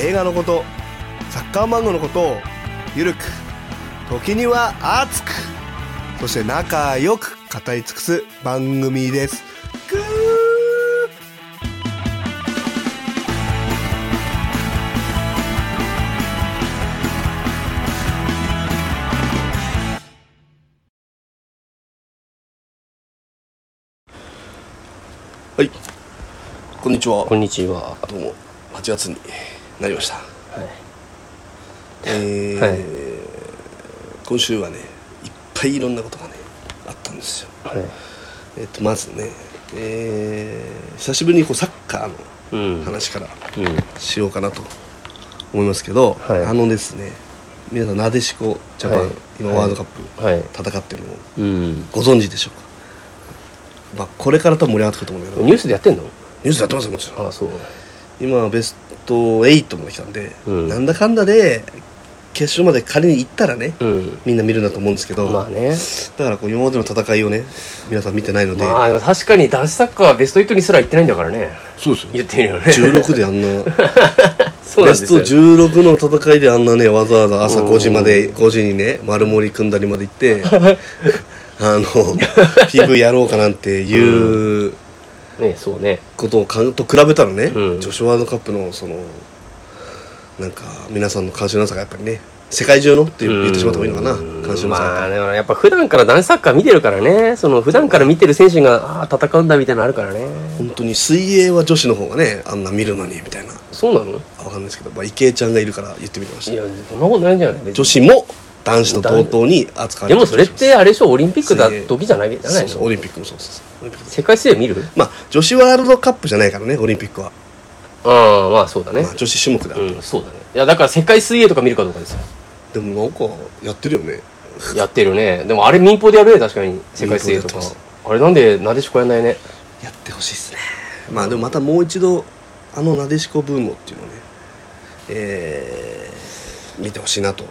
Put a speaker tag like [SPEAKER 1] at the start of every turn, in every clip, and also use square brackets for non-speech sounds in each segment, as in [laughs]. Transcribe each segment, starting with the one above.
[SPEAKER 1] 映画のことサッカー漫画のことをゆるく時には熱くそして仲良く語り尽くす番組ですぐーはいこんにちは
[SPEAKER 2] こんにちは。
[SPEAKER 1] どうも8月になりました、
[SPEAKER 2] い
[SPEAKER 1] えー
[SPEAKER 2] はい
[SPEAKER 1] 今週はねいっぱいいろんなことがねあったんですよ、
[SPEAKER 2] はい。
[SPEAKER 1] えっとまずね、えー久しぶりにこうサッカ
[SPEAKER 2] う
[SPEAKER 1] ーの
[SPEAKER 2] ん。
[SPEAKER 1] 話から
[SPEAKER 2] うん。
[SPEAKER 1] しようかなと思いますけど、
[SPEAKER 2] はい
[SPEAKER 1] あのですね皆さんなでしこジャパン、
[SPEAKER 2] はい
[SPEAKER 1] 今
[SPEAKER 2] はい
[SPEAKER 1] ワールドカッ
[SPEAKER 2] はい。
[SPEAKER 1] プ戦ってるのを
[SPEAKER 2] うん。
[SPEAKER 1] ご存知でしょうか、まあ、これから多分盛り上がってくると思うんだけど
[SPEAKER 2] ニュースでやってんの
[SPEAKER 1] ニュースやってますよもちろん
[SPEAKER 2] ああ、そう。
[SPEAKER 1] 今はベスト8まで来たんで、
[SPEAKER 2] うん
[SPEAKER 1] なんだかんだで決勝まで仮に行ったらね、
[SPEAKER 2] うん。
[SPEAKER 1] みんな見るんだと思うんですけど、
[SPEAKER 2] まあね。
[SPEAKER 1] だからこう今までの戦いをね皆さん見てないので、
[SPEAKER 2] まあ、確かに男子サッカーはベスト8にすら行ってないんだからね。
[SPEAKER 1] そうです
[SPEAKER 2] 言ってみるよね。
[SPEAKER 1] 16であんな
[SPEAKER 2] [laughs] そうなん
[SPEAKER 1] ベス
[SPEAKER 2] です
[SPEAKER 1] ト
[SPEAKER 2] よ。
[SPEAKER 1] 16の戦いであんなねわざわざ朝
[SPEAKER 2] うん
[SPEAKER 1] 5時まで5時にね丸森組んだりまで行って
[SPEAKER 2] [laughs]
[SPEAKER 1] あの PV やろうかなんていう
[SPEAKER 2] ね、そうね。
[SPEAKER 1] ことをかんと比べたらね、
[SPEAKER 2] うん
[SPEAKER 1] 女子ワールドカップのそのなんか皆さんの関心のなさがやっぱりね世界中のって言ってしまった方がいいのか
[SPEAKER 2] うん
[SPEAKER 1] な関心のなさが
[SPEAKER 2] まあ、でもやっぱ普段から男子サッカー見てるからね。その普段から見てる選手が、ああ、戦うんだみたいなのあるからね。
[SPEAKER 1] 本当に水泳は女子の方がねあんな見るのにみたいな
[SPEAKER 2] そうなの
[SPEAKER 1] あわかんないですけど、まあ、池江ちゃんがいるから言ってみてま
[SPEAKER 2] い
[SPEAKER 1] し
[SPEAKER 2] や、そんなことないんじゃない
[SPEAKER 1] た女子も男子と同等に扱われて
[SPEAKER 2] でも
[SPEAKER 1] る
[SPEAKER 2] それって、あれでしょ、オリンピックだ時じゃないじゃない
[SPEAKER 1] そうそうオ
[SPEAKER 2] の
[SPEAKER 1] リンピックもそうですオリンピック
[SPEAKER 2] 世界水泳見る
[SPEAKER 1] まあ女子ワールドカップじゃないからねオリンピックは、
[SPEAKER 2] ああ、まあそうだね
[SPEAKER 1] まあ、。女子種目だ、
[SPEAKER 2] うん、そうだね。いや、だから世界水泳とか見るかどうかですよ。
[SPEAKER 1] でもなんかやってるよね
[SPEAKER 2] やってるね。でもあれ民放でやるね、確かに。世界水泳とか
[SPEAKER 1] 民放でやって。
[SPEAKER 2] あれなんで、なでしこやんないね。
[SPEAKER 1] やってほしいですねまあでもまたもう一度あのなでしこブームっていうのをねえー見てほしいなと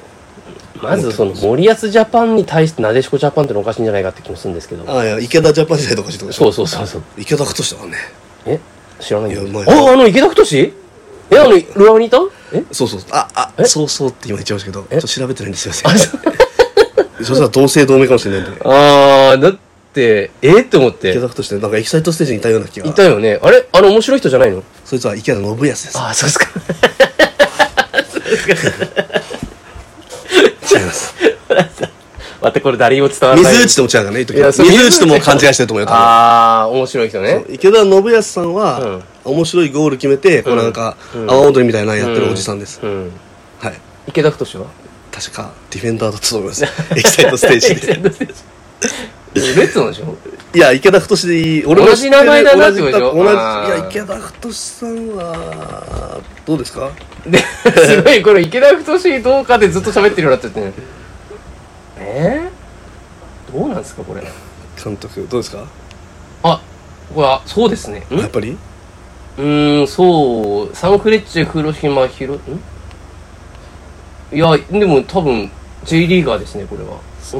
[SPEAKER 2] まず、その、森保ジャパンに対してなでしこジャパンってのおかしいんじゃないかって気もするんですけど。
[SPEAKER 1] ああいや池田ジャパン時代とかしてたでしょ
[SPEAKER 2] そうそうそうそう。
[SPEAKER 1] 池田太志だからね
[SPEAKER 2] え知らない
[SPEAKER 1] いやうま
[SPEAKER 2] ん
[SPEAKER 1] い
[SPEAKER 2] だ。あ、あの、池田太志え、あの、ルアーにいたえ
[SPEAKER 1] そうそうああ
[SPEAKER 2] え
[SPEAKER 1] そうそうって今言っちゃいましたけどちょっと調べてないんですよすいま
[SPEAKER 2] あ
[SPEAKER 1] せん
[SPEAKER 2] そう
[SPEAKER 1] [laughs] そしたら同姓同名かもしれないんで
[SPEAKER 2] あー、だって、えって思っ
[SPEAKER 1] 池田
[SPEAKER 2] て。
[SPEAKER 1] 太志ってなんかエキサイトステージにいたような気が
[SPEAKER 2] いたよね。あれあの、面白い人じゃないの
[SPEAKER 1] そいつは池田信康です
[SPEAKER 2] ああ、そうですか。
[SPEAKER 1] 違います
[SPEAKER 2] [laughs] またこれ誰にも伝わらない。
[SPEAKER 1] 水内とも違うからねいい時
[SPEAKER 2] いやそう
[SPEAKER 1] 水内とも勘違いしてると思うよ多
[SPEAKER 2] ああ、面白い人ね
[SPEAKER 1] 分。池田信康さんは面白いゴール決めてこうなんか阿波踊りみたいなのやってるおじさんです
[SPEAKER 2] うん。
[SPEAKER 1] はい
[SPEAKER 2] 池田太志は
[SPEAKER 1] 確かディフェンダーだったと思います [laughs] エキサイトステー
[SPEAKER 2] [laughs]
[SPEAKER 1] ジで
[SPEAKER 2] レッツのでしょ
[SPEAKER 1] いや池田太志俺も知ってる
[SPEAKER 2] 同じ名前だ
[SPEAKER 1] 同
[SPEAKER 2] な
[SPEAKER 1] じ
[SPEAKER 2] ってことでしょ
[SPEAKER 1] 同じい
[SPEAKER 2] あー
[SPEAKER 1] や池田太志さんはどうですか
[SPEAKER 2] ですごいこれ池田太志どうかでずっと喋ってるようになっちゃってねえー、どうなんですかこれ
[SPEAKER 1] 監督どうですか
[SPEAKER 2] あこれあそうですねん
[SPEAKER 1] やっぱり
[SPEAKER 2] うーんそうサンフレッチェ広島広んいやでも多分 J リーガーですねこれ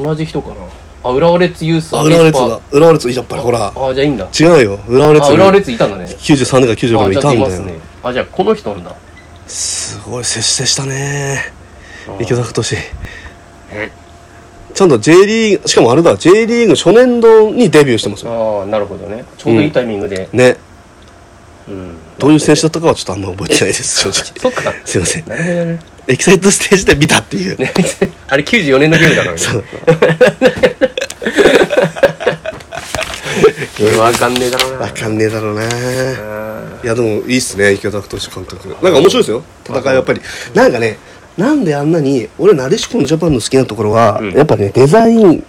[SPEAKER 2] は同じ人かなあ浦和レッズユース
[SPEAKER 1] あ浦和レッズ
[SPEAKER 2] エス
[SPEAKER 1] だ浦和レッズやっぱりほら
[SPEAKER 2] パーあじゃあいいんだ
[SPEAKER 1] 違うよ浦和レッ
[SPEAKER 2] あ浦和レッ
[SPEAKER 1] ズ
[SPEAKER 2] ズいたんだね
[SPEAKER 1] 93年から95
[SPEAKER 2] あ
[SPEAKER 1] 年
[SPEAKER 2] じ
[SPEAKER 1] い
[SPEAKER 2] ゃ
[SPEAKER 1] た
[SPEAKER 2] あ
[SPEAKER 1] ん
[SPEAKER 2] いま
[SPEAKER 1] だ
[SPEAKER 2] す
[SPEAKER 1] よ、
[SPEAKER 2] ねあじゃあこの人なんだ
[SPEAKER 1] すごい接してしたね
[SPEAKER 2] うん
[SPEAKER 1] 池田太志
[SPEAKER 2] え
[SPEAKER 1] ちゃんと J リーグしかもあれだ J リーグ初年度にデビューしてますよ
[SPEAKER 2] ああなるほどねちょうどいいタイミングで、
[SPEAKER 1] ね
[SPEAKER 2] うん、
[SPEAKER 1] どういう選手だったかはちょっとあんま覚えてないです正直
[SPEAKER 2] そっか
[SPEAKER 1] すいません
[SPEAKER 2] なるほどね
[SPEAKER 1] エキサイトステージで見たっていう
[SPEAKER 2] ね [laughs] あれ94年のゲームだからね。
[SPEAKER 1] そう
[SPEAKER 2] わかんねえだろうな
[SPEAKER 1] わ。かんねえだろうな
[SPEAKER 2] あ
[SPEAKER 1] いやでもいいっすね池田太志監督なんか面白いですよ戦いはやっぱりなんかねなんであんなに俺なでしこのジャパンの好きなところは、
[SPEAKER 2] うん
[SPEAKER 1] やっぱねデザイン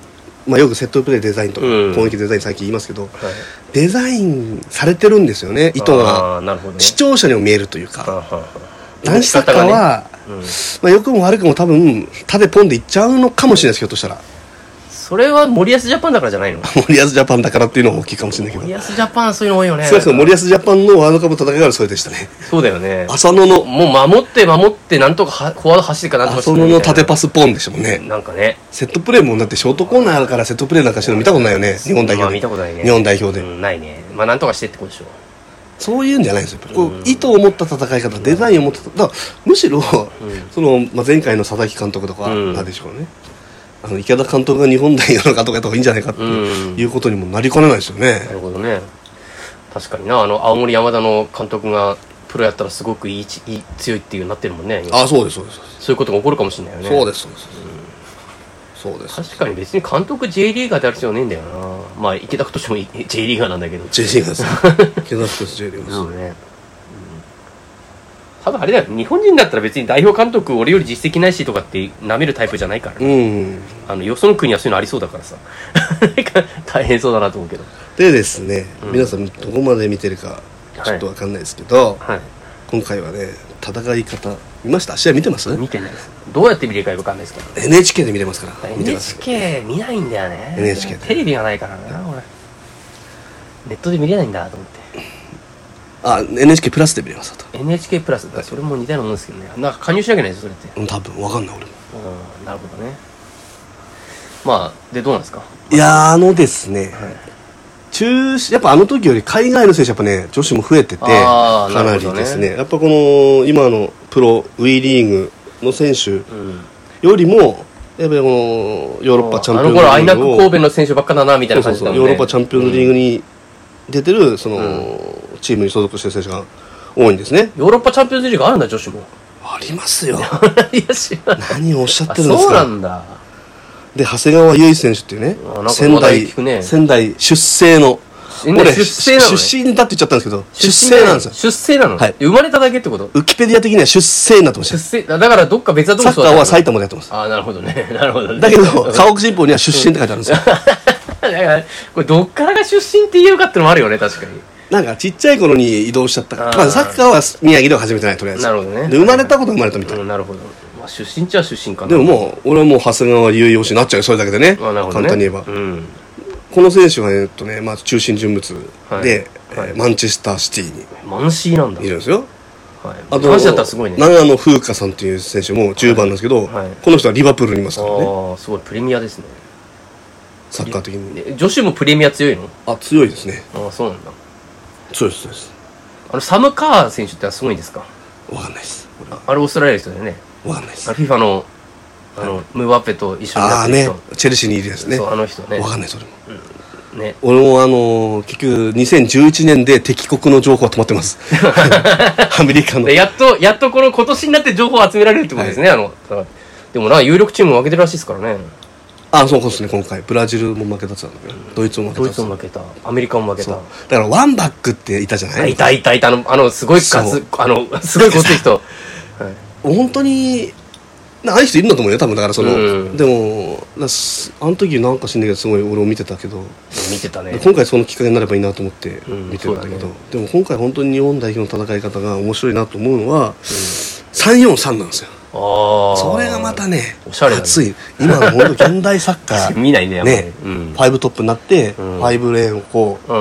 [SPEAKER 1] まあよくセットプレーデザインとか、
[SPEAKER 2] うん
[SPEAKER 1] 攻撃デザイン最近言いますけど、
[SPEAKER 2] ーはい
[SPEAKER 1] デザインされてるんですよね意図が
[SPEAKER 2] あーなるほどね。
[SPEAKER 1] 視聴者にも見えるという
[SPEAKER 2] はあ
[SPEAKER 1] か
[SPEAKER 2] はあはあ
[SPEAKER 1] 男子サッカーは、
[SPEAKER 2] うん、
[SPEAKER 1] まあ、良くも悪くも多分縦ポンでいっちゃうのかもしれないですひょっとしたら
[SPEAKER 2] それは森保ジャパンだからじゃないの
[SPEAKER 1] 森保ジャパンだからっていうのも大きいかもしれないけ
[SPEAKER 2] 森
[SPEAKER 1] ど
[SPEAKER 2] 保ジャパンそういうの多いよね
[SPEAKER 1] 少なくとも森保ジャパンのワールドカップの戦いはそれでしたね
[SPEAKER 2] そうだよね
[SPEAKER 1] 浅野の
[SPEAKER 2] もう守って守ってなんとかはフォワード走るかなんとか
[SPEAKER 1] 浅野の縦パ
[SPEAKER 2] ス
[SPEAKER 1] スポンでしたもんね
[SPEAKER 2] なんかね
[SPEAKER 1] セットプレーもだってショートコーナーからセットプレーなんかしてるの見たことないよね日本代
[SPEAKER 2] まあ
[SPEAKER 1] 表で
[SPEAKER 2] 見たことないね
[SPEAKER 1] 日本代表で
[SPEAKER 2] うんないねまあなんとかしてってことでしょ
[SPEAKER 1] そういうんじゃないんですよこう意図を持った戦い方デザインを持っただからむしろ
[SPEAKER 2] ん
[SPEAKER 1] その、まあ、前回の佐々木監督とか
[SPEAKER 2] うん
[SPEAKER 1] なんでしょうね、あの池田監督が日本代表の監督やった方がいいんじゃないかって
[SPEAKER 2] うん
[SPEAKER 1] いうことにもなりかねないですよね、
[SPEAKER 2] なるほどね確かになあの青森山田の監督がプロやったらすごくいいちいい強いっていうなってるもんね今
[SPEAKER 1] あそうですそうです、
[SPEAKER 2] そういうことが起こるかもしれないよね
[SPEAKER 1] そうですそうです、そうです
[SPEAKER 2] 確かに別に監督 J リーガーである必要はねえんだよなまあ池田太もい J リーガーなんだけど
[SPEAKER 1] J リーガーです池田太 J リーガ
[SPEAKER 2] そ
[SPEAKER 1] ー
[SPEAKER 2] う
[SPEAKER 1] で
[SPEAKER 2] ね、ただあれだよ日本人だったら別に代表監督俺より実績ないしとかってなめるタイプじゃないから
[SPEAKER 1] す
[SPEAKER 2] ね、
[SPEAKER 1] うん
[SPEAKER 2] あのよその国はそういうのありそうだからさ [laughs] なんか大変そうだなと思うけど
[SPEAKER 1] でですね、
[SPEAKER 2] うん
[SPEAKER 1] 皆さんどこまで見てるかちょっとわかんないですけど、
[SPEAKER 2] はい
[SPEAKER 1] 今回はね戦い方見ました試合見てます
[SPEAKER 2] 見てないですどうやって見ればいいか分かんないですけど
[SPEAKER 1] NHK で見れますから見てます
[SPEAKER 2] NHK 見ないんだよね
[SPEAKER 1] NHK で
[SPEAKER 2] テレビがないからな俺ネットで見れないんだと思って
[SPEAKER 1] あ NHK プラスで見れますあと
[SPEAKER 2] NHK プラスだからそれも似たようなもんですけどねなんか加入しなきゃいけないですよそれって
[SPEAKER 1] うん多分わかんない俺も
[SPEAKER 2] うんなるほどねまあでどうなんですか
[SPEAKER 1] いやーあのですね、中やっぱあの時より海外の選手やっぱね女子も増えてて
[SPEAKER 2] あー
[SPEAKER 1] かな
[SPEAKER 2] なる
[SPEAKER 1] り
[SPEAKER 2] ほどね
[SPEAKER 1] ですねやっぱこの今のプロ WE リーグの選手
[SPEAKER 2] うん
[SPEAKER 1] よりもやっぱりこのヨーロッパチャンピオン
[SPEAKER 2] あの頃アイナッ
[SPEAKER 1] グ
[SPEAKER 2] ク
[SPEAKER 1] を
[SPEAKER 2] 神戸の選手ばっかだなみたいな
[SPEAKER 1] そ
[SPEAKER 2] 感
[SPEAKER 1] う
[SPEAKER 2] じ
[SPEAKER 1] そうそ
[SPEAKER 2] だ
[SPEAKER 1] う
[SPEAKER 2] もん
[SPEAKER 1] ヨ
[SPEAKER 2] ね
[SPEAKER 1] ーロッパチャンピオンズリーグに出てるその、
[SPEAKER 2] う
[SPEAKER 1] チームに所属してる選手が多いんですね
[SPEAKER 2] ヨーロッパチャンピオンズリーグあるんだ女子
[SPEAKER 1] [laughs]
[SPEAKER 2] も
[SPEAKER 1] ありますよ
[SPEAKER 2] いや知らない
[SPEAKER 1] [laughs] 何をおっしゃっ
[SPEAKER 2] あ
[SPEAKER 1] てるんです
[SPEAKER 2] そうな
[SPEAKER 1] か
[SPEAKER 2] んだ
[SPEAKER 1] で長谷川唯選手っていうね
[SPEAKER 2] あなんか
[SPEAKER 1] 仙
[SPEAKER 2] 話題
[SPEAKER 1] 台、
[SPEAKER 2] 聞くね
[SPEAKER 1] 仙台出生の
[SPEAKER 2] 仙台出生なのね
[SPEAKER 1] 出身だって言っちゃったんですけど出生なんですよ
[SPEAKER 2] 出生なの、
[SPEAKER 1] はい
[SPEAKER 2] 生まれただけってこと
[SPEAKER 1] ウィキペディア的には出生になってまし
[SPEAKER 2] 出
[SPEAKER 1] た
[SPEAKER 2] 生だからどっか別なとこ
[SPEAKER 1] サッカーは埼玉
[SPEAKER 2] 玉
[SPEAKER 1] でやってます
[SPEAKER 2] ああなるほどね [laughs] なるほどね
[SPEAKER 1] だけど
[SPEAKER 2] うん
[SPEAKER 1] 河北新報には出身って書いてあるんです
[SPEAKER 2] [laughs]
[SPEAKER 1] よ
[SPEAKER 2] だからこれどっからが出身って言えるかってのもあるよね確かに
[SPEAKER 1] なんかちっちゃい頃に移動しちゃったから
[SPEAKER 2] あー
[SPEAKER 1] まあサッカーは宮城では始めてないとりあえず
[SPEAKER 2] なるほどね
[SPEAKER 1] で生まれたことは生まれたみたいな
[SPEAKER 2] うんなるほど、まあ、出身っちゃ出身かな
[SPEAKER 1] でももう俺はもう長谷川優用紙になっちゃうよそれだけでね
[SPEAKER 2] あなるほど
[SPEAKER 1] 簡
[SPEAKER 2] ね
[SPEAKER 1] 単に言えば、
[SPEAKER 2] うん
[SPEAKER 1] この選手はえっとね、まあ、中心人物で、
[SPEAKER 2] はいはい
[SPEAKER 1] えーマンチェスターシティに
[SPEAKER 2] マンシーなんだ
[SPEAKER 1] いるんですよ
[SPEAKER 2] はい
[SPEAKER 1] あと
[SPEAKER 2] マンシーだったらすごいね
[SPEAKER 1] 長野風花さんという選手も10番なんですけど、
[SPEAKER 2] はいはい
[SPEAKER 1] この人はリバプールにいますからね
[SPEAKER 2] ああすごいプレミアですね
[SPEAKER 1] サッカー的に
[SPEAKER 2] え女子もプレミア強いの
[SPEAKER 1] あ強いですね
[SPEAKER 2] ああそうなんだ
[SPEAKER 1] そうですそうです
[SPEAKER 2] あのサム・カー選手ってすごいんですか
[SPEAKER 1] わかんないです俺は
[SPEAKER 2] あれオーストラリアの人だよね
[SPEAKER 1] わかんないで
[SPEAKER 2] あ
[SPEAKER 1] す
[SPEAKER 2] の FIFA のあの、ムーバッペと一緒に
[SPEAKER 1] あ
[SPEAKER 2] なっ
[SPEAKER 1] あ
[SPEAKER 2] てる
[SPEAKER 1] ね
[SPEAKER 2] 人
[SPEAKER 1] チェルシーにいるやつね
[SPEAKER 2] そう
[SPEAKER 1] わ
[SPEAKER 2] あの人ね
[SPEAKER 1] かんないそれも
[SPEAKER 2] ね
[SPEAKER 1] 俺もあのー結局2011年で敵国の情報は止まってます
[SPEAKER 2] [laughs]
[SPEAKER 1] アメリカの
[SPEAKER 2] でやっとやっとこの今年になって情報を集められるってことですね、あのだからでもな有力チームも負けてるらしいですからね
[SPEAKER 1] あそうですね今回ブラジルも負けたっつうんだけどドイツも負けたっ
[SPEAKER 2] ドイ
[SPEAKER 1] つ
[SPEAKER 2] ツも負けたアメリカも負け
[SPEAKER 1] そう
[SPEAKER 2] た
[SPEAKER 1] だからワンバックっていたじゃな
[SPEAKER 2] あ
[SPEAKER 1] い
[SPEAKER 2] いたいたいたあのあのすごいガ
[SPEAKER 1] そう
[SPEAKER 2] ツあのすごいごつい人、はい
[SPEAKER 1] 本当になああいう人いるんだと思うよ多分だからその、
[SPEAKER 2] うん
[SPEAKER 1] でもだすあの時なんか死んだけどすごい俺も見てたけど、
[SPEAKER 2] 見てたね
[SPEAKER 1] 今回そのきっかけになればいいなと思って
[SPEAKER 2] うん
[SPEAKER 1] 見てるんだけ
[SPEAKER 2] そ
[SPEAKER 1] ど、
[SPEAKER 2] うだね
[SPEAKER 1] でも今回本当に日本代表の戦い方が面白いなと思うのは、343なんですよ
[SPEAKER 2] ああ
[SPEAKER 1] それがまたね
[SPEAKER 2] おしゃれだね
[SPEAKER 1] 熱い今の本当現代サッカー
[SPEAKER 2] [laughs] 見ないねやっぱり
[SPEAKER 1] ね
[SPEAKER 2] うん
[SPEAKER 1] 5トップになって、
[SPEAKER 2] ん
[SPEAKER 1] 5レーンをこう
[SPEAKER 2] う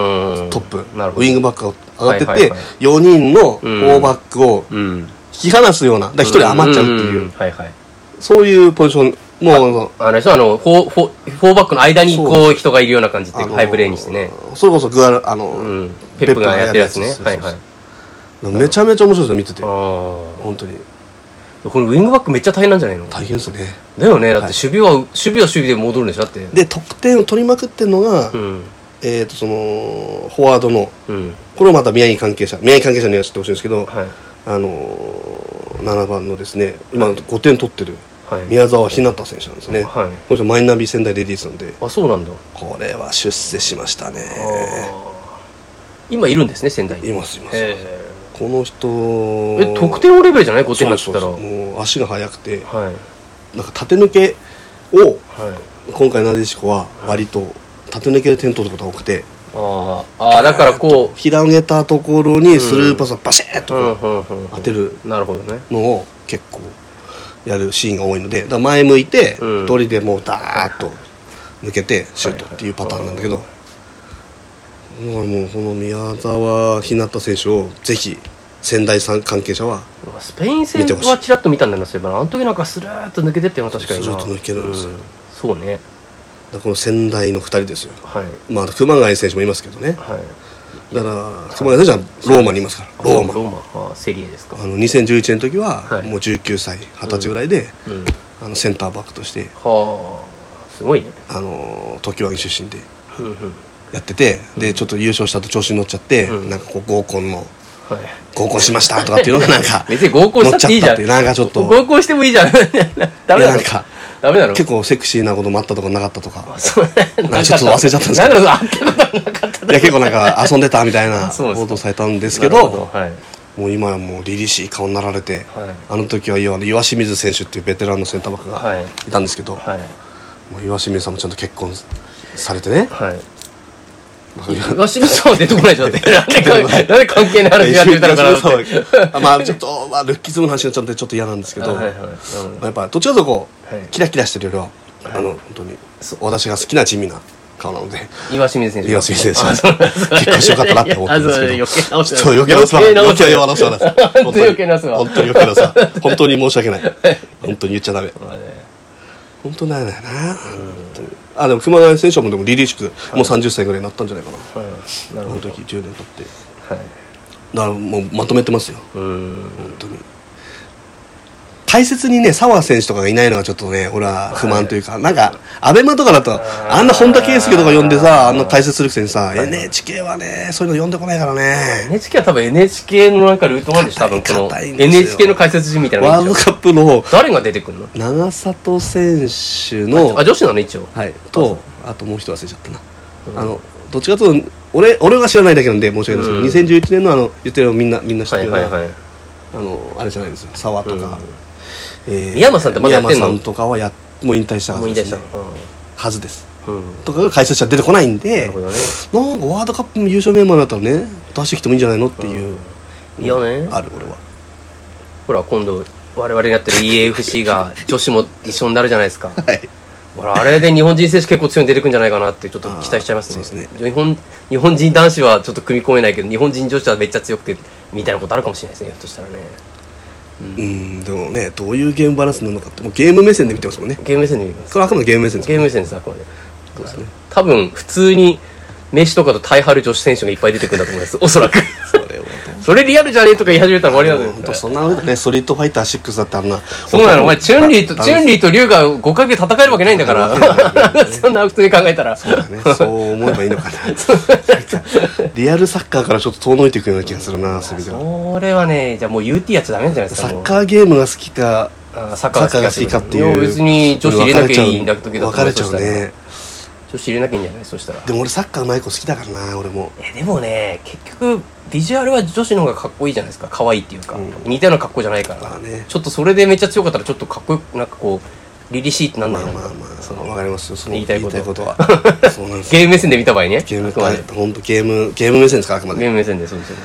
[SPEAKER 2] ん
[SPEAKER 1] トップ、
[SPEAKER 2] なるほど
[SPEAKER 1] ウィングバックが上がってって、
[SPEAKER 2] はいはいはい
[SPEAKER 1] 4人の
[SPEAKER 2] うん
[SPEAKER 1] 4バックを
[SPEAKER 2] うん
[SPEAKER 1] 引き離すような、だから1人余っちゃうっていう、
[SPEAKER 2] んんはいはい
[SPEAKER 1] そういうポジション、もうあの、
[SPEAKER 2] あの人あのフォーフォーフォーバックの間に
[SPEAKER 1] そ
[SPEAKER 2] こう人がいるような感じっていうかハイプレーにしてね、
[SPEAKER 1] それこそグアル、あの、
[SPEAKER 2] うん、ペップがやってるやつね
[SPEAKER 1] ペップが
[SPEAKER 2] は
[SPEAKER 1] や
[SPEAKER 2] い
[SPEAKER 1] る
[SPEAKER 2] は
[SPEAKER 1] や
[SPEAKER 2] い
[SPEAKER 1] つめちゃめちゃ面白いですよ、見てて
[SPEAKER 2] あ。あ
[SPEAKER 1] 本当に。
[SPEAKER 2] このウィングバックめっちゃ大変なんじゃないの
[SPEAKER 1] 大変ですね。
[SPEAKER 2] だよねだって守備は、守備は守備で戻るんでしょだって
[SPEAKER 1] で、得点を取りまくってるのが、
[SPEAKER 2] うん
[SPEAKER 1] えっ、と、その、フォワードの、
[SPEAKER 2] うん
[SPEAKER 1] これもまた宮城関係者、宮城関係者には知ってほしいんですけど、
[SPEAKER 2] はい
[SPEAKER 1] あのー、7番のですね、今5点取ってる、
[SPEAKER 2] はい
[SPEAKER 1] 宮澤ひなた選手なんですね。
[SPEAKER 2] はい
[SPEAKER 1] この人マイナビ仙台レディースなんで、
[SPEAKER 2] あそうなんだ、
[SPEAKER 1] これは出世しましたね
[SPEAKER 2] あー今いるんですね仙台に
[SPEAKER 1] いますいます
[SPEAKER 2] え
[SPEAKER 1] この人
[SPEAKER 2] ーえ得点王レベルじゃない5点
[SPEAKER 1] そう
[SPEAKER 2] だ
[SPEAKER 1] で
[SPEAKER 2] っ
[SPEAKER 1] す
[SPEAKER 2] た
[SPEAKER 1] そう
[SPEAKER 2] ら
[SPEAKER 1] ですもう足が速くて
[SPEAKER 2] はい
[SPEAKER 1] なんか縦抜けを
[SPEAKER 2] はい
[SPEAKER 1] 今回なでしこは割と縦抜けで点取ることが多くて
[SPEAKER 2] ああああーだからこ
[SPEAKER 1] 広げたところにスルーパスをバシッ
[SPEAKER 2] う、
[SPEAKER 1] と
[SPEAKER 2] うん
[SPEAKER 1] こう
[SPEAKER 2] うんうん、
[SPEAKER 1] 当てる
[SPEAKER 2] なるほどね
[SPEAKER 1] のを結構やるシーンが多いのでだから前向いて
[SPEAKER 2] うん
[SPEAKER 1] 通りでもうダーッと抜けてシュートっていうパターンなんだけどだからもうこの宮澤ひなた選手をぜひ仙台さん関係者は
[SPEAKER 2] スペイン戦
[SPEAKER 1] 見てほし
[SPEAKER 2] はいちらっと見たんだよなそういえばなあの時なんかスルーッと抜けてってのは確かにな
[SPEAKER 1] スルーッと抜けるんですよ
[SPEAKER 2] うそうね
[SPEAKER 1] だからこの仙台の2人ですよ
[SPEAKER 2] はい
[SPEAKER 1] まあ熊谷選手もいますけどね
[SPEAKER 2] はい
[SPEAKER 1] だから熊谷選手はローマにいますからローマ
[SPEAKER 2] ローマあセリエですか
[SPEAKER 1] あの2011年の時は
[SPEAKER 2] はい
[SPEAKER 1] もう19歳20歳ぐらいで、
[SPEAKER 2] うん
[SPEAKER 1] あのセンターバックとして、
[SPEAKER 2] はあすごいね
[SPEAKER 1] あの東京湾出身で
[SPEAKER 2] うんうん
[SPEAKER 1] やっててでちょっと優勝したと調子に乗っちゃって、
[SPEAKER 2] うん
[SPEAKER 1] なんかこう合コンの
[SPEAKER 2] はい
[SPEAKER 1] 合コンしましたとかっていうのがなん
[SPEAKER 2] [laughs]
[SPEAKER 1] か
[SPEAKER 2] 別に合コンしたっていいじゃん
[SPEAKER 1] 乗っちゃったっていうなんかちょっと
[SPEAKER 2] 合コンしてもいいじゃん [laughs] ダメ
[SPEAKER 1] い
[SPEAKER 2] だ
[SPEAKER 1] やなん
[SPEAKER 2] ろ
[SPEAKER 1] か
[SPEAKER 2] ダメだろ
[SPEAKER 1] 結構セクシーなこともあったとかなかったとか
[SPEAKER 2] そうなんか
[SPEAKER 1] ちょっと忘れちゃったんですけど
[SPEAKER 2] なんだろうあったこと [laughs] なかった
[SPEAKER 1] いや結構なんか遊んでたみたいな
[SPEAKER 2] [laughs] そうですか
[SPEAKER 1] 報道されたんですけ
[SPEAKER 2] な
[SPEAKER 1] ど
[SPEAKER 2] るほはい
[SPEAKER 1] もう今はもう凛々しい顔になられて、
[SPEAKER 2] はい
[SPEAKER 1] あの時は要は岩清水選手っていうベテランのセンターバックが
[SPEAKER 2] はい
[SPEAKER 1] いたんですけど、
[SPEAKER 2] はい
[SPEAKER 1] もう岩清水さんもちゃんと結婚されてね
[SPEAKER 2] はい東野さんは出てこないじゃんってなんでか
[SPEAKER 1] [laughs]
[SPEAKER 2] なんで関係ない話やってみたのかなと思って
[SPEAKER 1] あまあちょっと、まあ、ルッキズムの話になっちゃうんでちょっと嫌なんですけど、
[SPEAKER 2] はいはい
[SPEAKER 1] ま
[SPEAKER 2] なるほど
[SPEAKER 1] あやっぱどっちらかというとこう、
[SPEAKER 2] はい
[SPEAKER 1] キラキラしてるよりは、あの本当に私が好きな地味な顔なので
[SPEAKER 2] 岩清水選手
[SPEAKER 1] 岩清水選手
[SPEAKER 2] あそうなんです
[SPEAKER 1] 結婚してよかったなって思ってるんですけど
[SPEAKER 2] いやいやあそう
[SPEAKER 1] そう余計なさ余計な話はな
[SPEAKER 2] [laughs] 本当に余計なさ
[SPEAKER 1] 本当に余計なさ本当に申し訳ない本当に言っちゃダメ
[SPEAKER 2] まあね
[SPEAKER 1] 本当なんだよな、本当にあでも熊谷選手はもうでも凛々しくもう30歳ぐらいになったんじゃないかな、
[SPEAKER 2] はいな
[SPEAKER 1] あ
[SPEAKER 2] る
[SPEAKER 1] の
[SPEAKER 2] ほど
[SPEAKER 1] 時10年経ってだ
[SPEAKER 2] はい
[SPEAKER 1] からもうまとめてますよ
[SPEAKER 2] うーん
[SPEAKER 1] 本当に解説にね澤選手とかがいないのがちょっとね俺は不満というか、なんかアベマとかだとあんな本田圭佑とか呼んでさあんな解説するくせにさ NHK はねそういうの呼んでこないからね
[SPEAKER 2] NHK は多分 NHK のなんかルートワンでしょ多分この
[SPEAKER 1] 硬いんですよ
[SPEAKER 2] NHK の解説陣みたいなの
[SPEAKER 1] ワー
[SPEAKER 2] がい
[SPEAKER 1] ル
[SPEAKER 2] る
[SPEAKER 1] ド
[SPEAKER 2] じ
[SPEAKER 1] カップの
[SPEAKER 2] ゃん誰が出てくるの
[SPEAKER 1] 長里選手の
[SPEAKER 2] あ女子なの一応
[SPEAKER 1] はい、とあともう一人忘れちゃったな、あのどっちかというと俺俺は知らないだけなんで申し訳ないですけど、2011年のあの言ってるのみんなみんな知っ
[SPEAKER 2] は
[SPEAKER 1] て
[SPEAKER 2] い
[SPEAKER 1] るよう
[SPEAKER 2] は
[SPEAKER 1] ない
[SPEAKER 2] はい
[SPEAKER 1] あのあれじゃないですよ沢とか、え
[SPEAKER 2] 宮山さんってまだやってんの
[SPEAKER 1] 宮山さんとかはやもう引退したは
[SPEAKER 2] もう
[SPEAKER 1] ず
[SPEAKER 2] 引
[SPEAKER 1] で
[SPEAKER 2] 退
[SPEAKER 1] す、
[SPEAKER 2] した
[SPEAKER 1] ね、はずです
[SPEAKER 2] うんうん
[SPEAKER 1] とかが解説者出てこないん
[SPEAKER 2] な
[SPEAKER 1] で
[SPEAKER 2] るほどね
[SPEAKER 1] なんかワールドカップの優勝メンバーだったらね出してきてもいいんじゃないのっていう、
[SPEAKER 2] うんいやね
[SPEAKER 1] ある俺は
[SPEAKER 2] ほら今度我々がやってる EAFC が女子も一緒になるじゃないですか
[SPEAKER 1] はい
[SPEAKER 2] ほらあれで日本人選手結構強いの出てくるんじゃないかなってちょっと期待しちゃいますね
[SPEAKER 1] あーそうです
[SPEAKER 2] 日本日本人男子はちょっと組み込めないけど日本人女子はめっちゃ強くてみたいなことあるかもしれないですねひょっとしたらね
[SPEAKER 1] うんでもねどういうゲームバランスなのかってもうゲーム目線で見てますもんね
[SPEAKER 2] ゲーム目線で見ます
[SPEAKER 1] これはあくまでゲーム目線です
[SPEAKER 2] ゲーム目線ですあくまで多分普通に飯とかと大る女子選手がいっぱい出てくるんだと思いますおそらく
[SPEAKER 1] それは
[SPEAKER 2] [laughs] それリアルじゃねえとか言い始めたら終わりなん
[SPEAKER 1] 本
[SPEAKER 2] だ
[SPEAKER 1] 当
[SPEAKER 2] よ
[SPEAKER 1] そんなことねストリートファイター6だってあんな
[SPEAKER 2] そうなのお前チュンリーとチュンリーと龍が5回目戦えるわけないんだからそんな普通に考えたら
[SPEAKER 1] そうだねそう思えばいいのかななんかリアルサッカーからちょっと遠のいていくような気がするなそういう意味では
[SPEAKER 2] それはねじゃあもう UT やっちゃダメなんじゃないです
[SPEAKER 1] サ
[SPEAKER 2] かも
[SPEAKER 1] ッ
[SPEAKER 2] う
[SPEAKER 1] カーゲームが好きか
[SPEAKER 2] あーサッカーが好きかっていう
[SPEAKER 1] サッカーが好きかっていう
[SPEAKER 2] 別に女子入れなきゃいいんだ時だと
[SPEAKER 1] 分か
[SPEAKER 2] 思
[SPEAKER 1] れ
[SPEAKER 2] う
[SPEAKER 1] ちゃうね
[SPEAKER 2] 女子入れなきゃいいんじゃないそしたら
[SPEAKER 1] でも俺サッカーうまい子好きだからな俺も
[SPEAKER 2] えでもね結局ビジュアルは女子の方がかっこいいじゃないですか可愛いっていうか、
[SPEAKER 1] うん
[SPEAKER 2] 似たような格好じゃないから、
[SPEAKER 1] まあね
[SPEAKER 2] ちょっとそれでめっちゃ強かったらちょっとかっこよくなんかこう凛々しいってなんな
[SPEAKER 1] まあ
[SPEAKER 2] いな、
[SPEAKER 1] まあまあその分かりますよその
[SPEAKER 2] 言いたいこと
[SPEAKER 1] はそうなんですよ
[SPEAKER 2] ゲーム目線で見た場合ね
[SPEAKER 1] ゲーム
[SPEAKER 2] あくまで
[SPEAKER 1] 本当ゲームゲーム目線ですからあくま
[SPEAKER 2] ゲ
[SPEAKER 1] で
[SPEAKER 2] ーム目線でそうですよ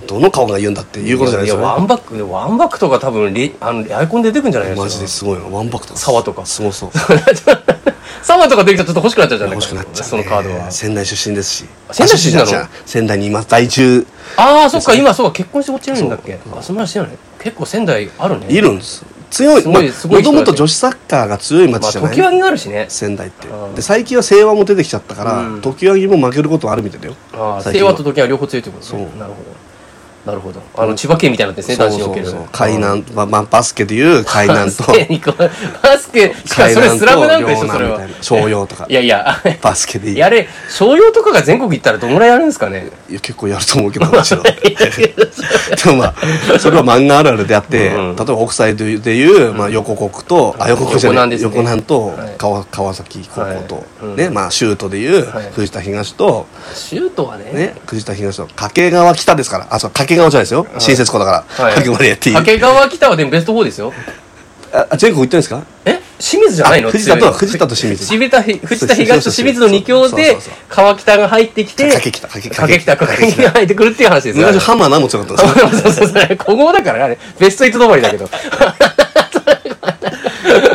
[SPEAKER 1] うんどの顔が言うんだっていうことじゃないです
[SPEAKER 2] や
[SPEAKER 1] よ
[SPEAKER 2] ワ
[SPEAKER 1] ね
[SPEAKER 2] ンバックワンバックとか多分リあのアイコン出てくんじゃない
[SPEAKER 1] マジですすごいよワンバックとか
[SPEAKER 2] 沢とか
[SPEAKER 1] すごそう
[SPEAKER 2] サマーとか出てきたらちょっと欲しくなっちゃうじゃない
[SPEAKER 1] 欲
[SPEAKER 2] か
[SPEAKER 1] しくなっちゃう、ね、
[SPEAKER 2] そのカードは
[SPEAKER 1] 仙台出身ですし
[SPEAKER 2] 仙台出身なの
[SPEAKER 1] あじゃあ仙台に今在住
[SPEAKER 2] ああそっか今そうか結婚してこっちいるんだっけあそんな話してない結構仙台あるね
[SPEAKER 1] いるんです強い
[SPEAKER 2] すごいすご
[SPEAKER 1] も
[SPEAKER 2] い
[SPEAKER 1] と
[SPEAKER 2] 人だね
[SPEAKER 1] もと女子サッカーが強い
[SPEAKER 2] ま
[SPEAKER 1] 町
[SPEAKER 2] あ
[SPEAKER 1] じゃない、
[SPEAKER 2] 時はにあるしね
[SPEAKER 1] 仙台って
[SPEAKER 2] うん
[SPEAKER 1] で最近は清和も出てきちゃったから、
[SPEAKER 2] うん
[SPEAKER 1] 時和にも負けることはあるみたいだよ
[SPEAKER 2] ああ
[SPEAKER 1] 最近
[SPEAKER 2] 清
[SPEAKER 1] は
[SPEAKER 2] 和と時計は両方強いってことね
[SPEAKER 1] そう
[SPEAKER 2] なるほどなるほどあの千葉県みたいなんですね男子における
[SPEAKER 1] 海南、まあまあ、バスケでいう海南と
[SPEAKER 2] [laughs] バスケにこうバスケしかも
[SPEAKER 1] 海
[SPEAKER 2] それ
[SPEAKER 1] 南
[SPEAKER 2] スラムダン
[SPEAKER 1] と
[SPEAKER 2] クでしょそれ
[SPEAKER 1] 南み
[SPEAKER 2] は
[SPEAKER 1] たいな商用とか
[SPEAKER 2] いやいや [laughs]
[SPEAKER 1] バスケでいい
[SPEAKER 2] やれ商用とかが全国行ったらどんぐらいやるんですかね
[SPEAKER 1] いや結構やると思うけどもち
[SPEAKER 2] [laughs]
[SPEAKER 1] ろんでもまあそれは漫画あるあるであって、
[SPEAKER 2] うん
[SPEAKER 1] 例えばオフサイドでいう、まあ、横国と、あ横国じゃない
[SPEAKER 2] 横南ですね
[SPEAKER 1] 横南と
[SPEAKER 2] はい
[SPEAKER 1] 川,、川崎高校と、
[SPEAKER 2] はい
[SPEAKER 1] ね
[SPEAKER 2] うん
[SPEAKER 1] まあ、シュートでいう
[SPEAKER 2] はい
[SPEAKER 1] 藤田東と、
[SPEAKER 2] シュートはね
[SPEAKER 1] ね、藤田東と掛川北ですからあそう掛川じゃないですよ、新設校だから、
[SPEAKER 2] はい
[SPEAKER 1] 掛川でやっていい
[SPEAKER 2] 掛川北はでもベスト4ですよ
[SPEAKER 1] あ全国行ってないですか
[SPEAKER 2] え清水じゃないの
[SPEAKER 1] あ藤田と
[SPEAKER 2] 強いの
[SPEAKER 1] 藤田と清水
[SPEAKER 2] 藤田ひ藤田東と清水の2強
[SPEAKER 1] そう
[SPEAKER 2] で
[SPEAKER 1] そうそう
[SPEAKER 2] 川北が入ってきて
[SPEAKER 1] 掛け北掛け北
[SPEAKER 2] 掛北掛北が入ってくるっていう話ですよ
[SPEAKER 1] 昔ハマナも強かったんです
[SPEAKER 2] [laughs] そうそうそうそう古豪だからねベスト8止まりだけど
[SPEAKER 1] よ。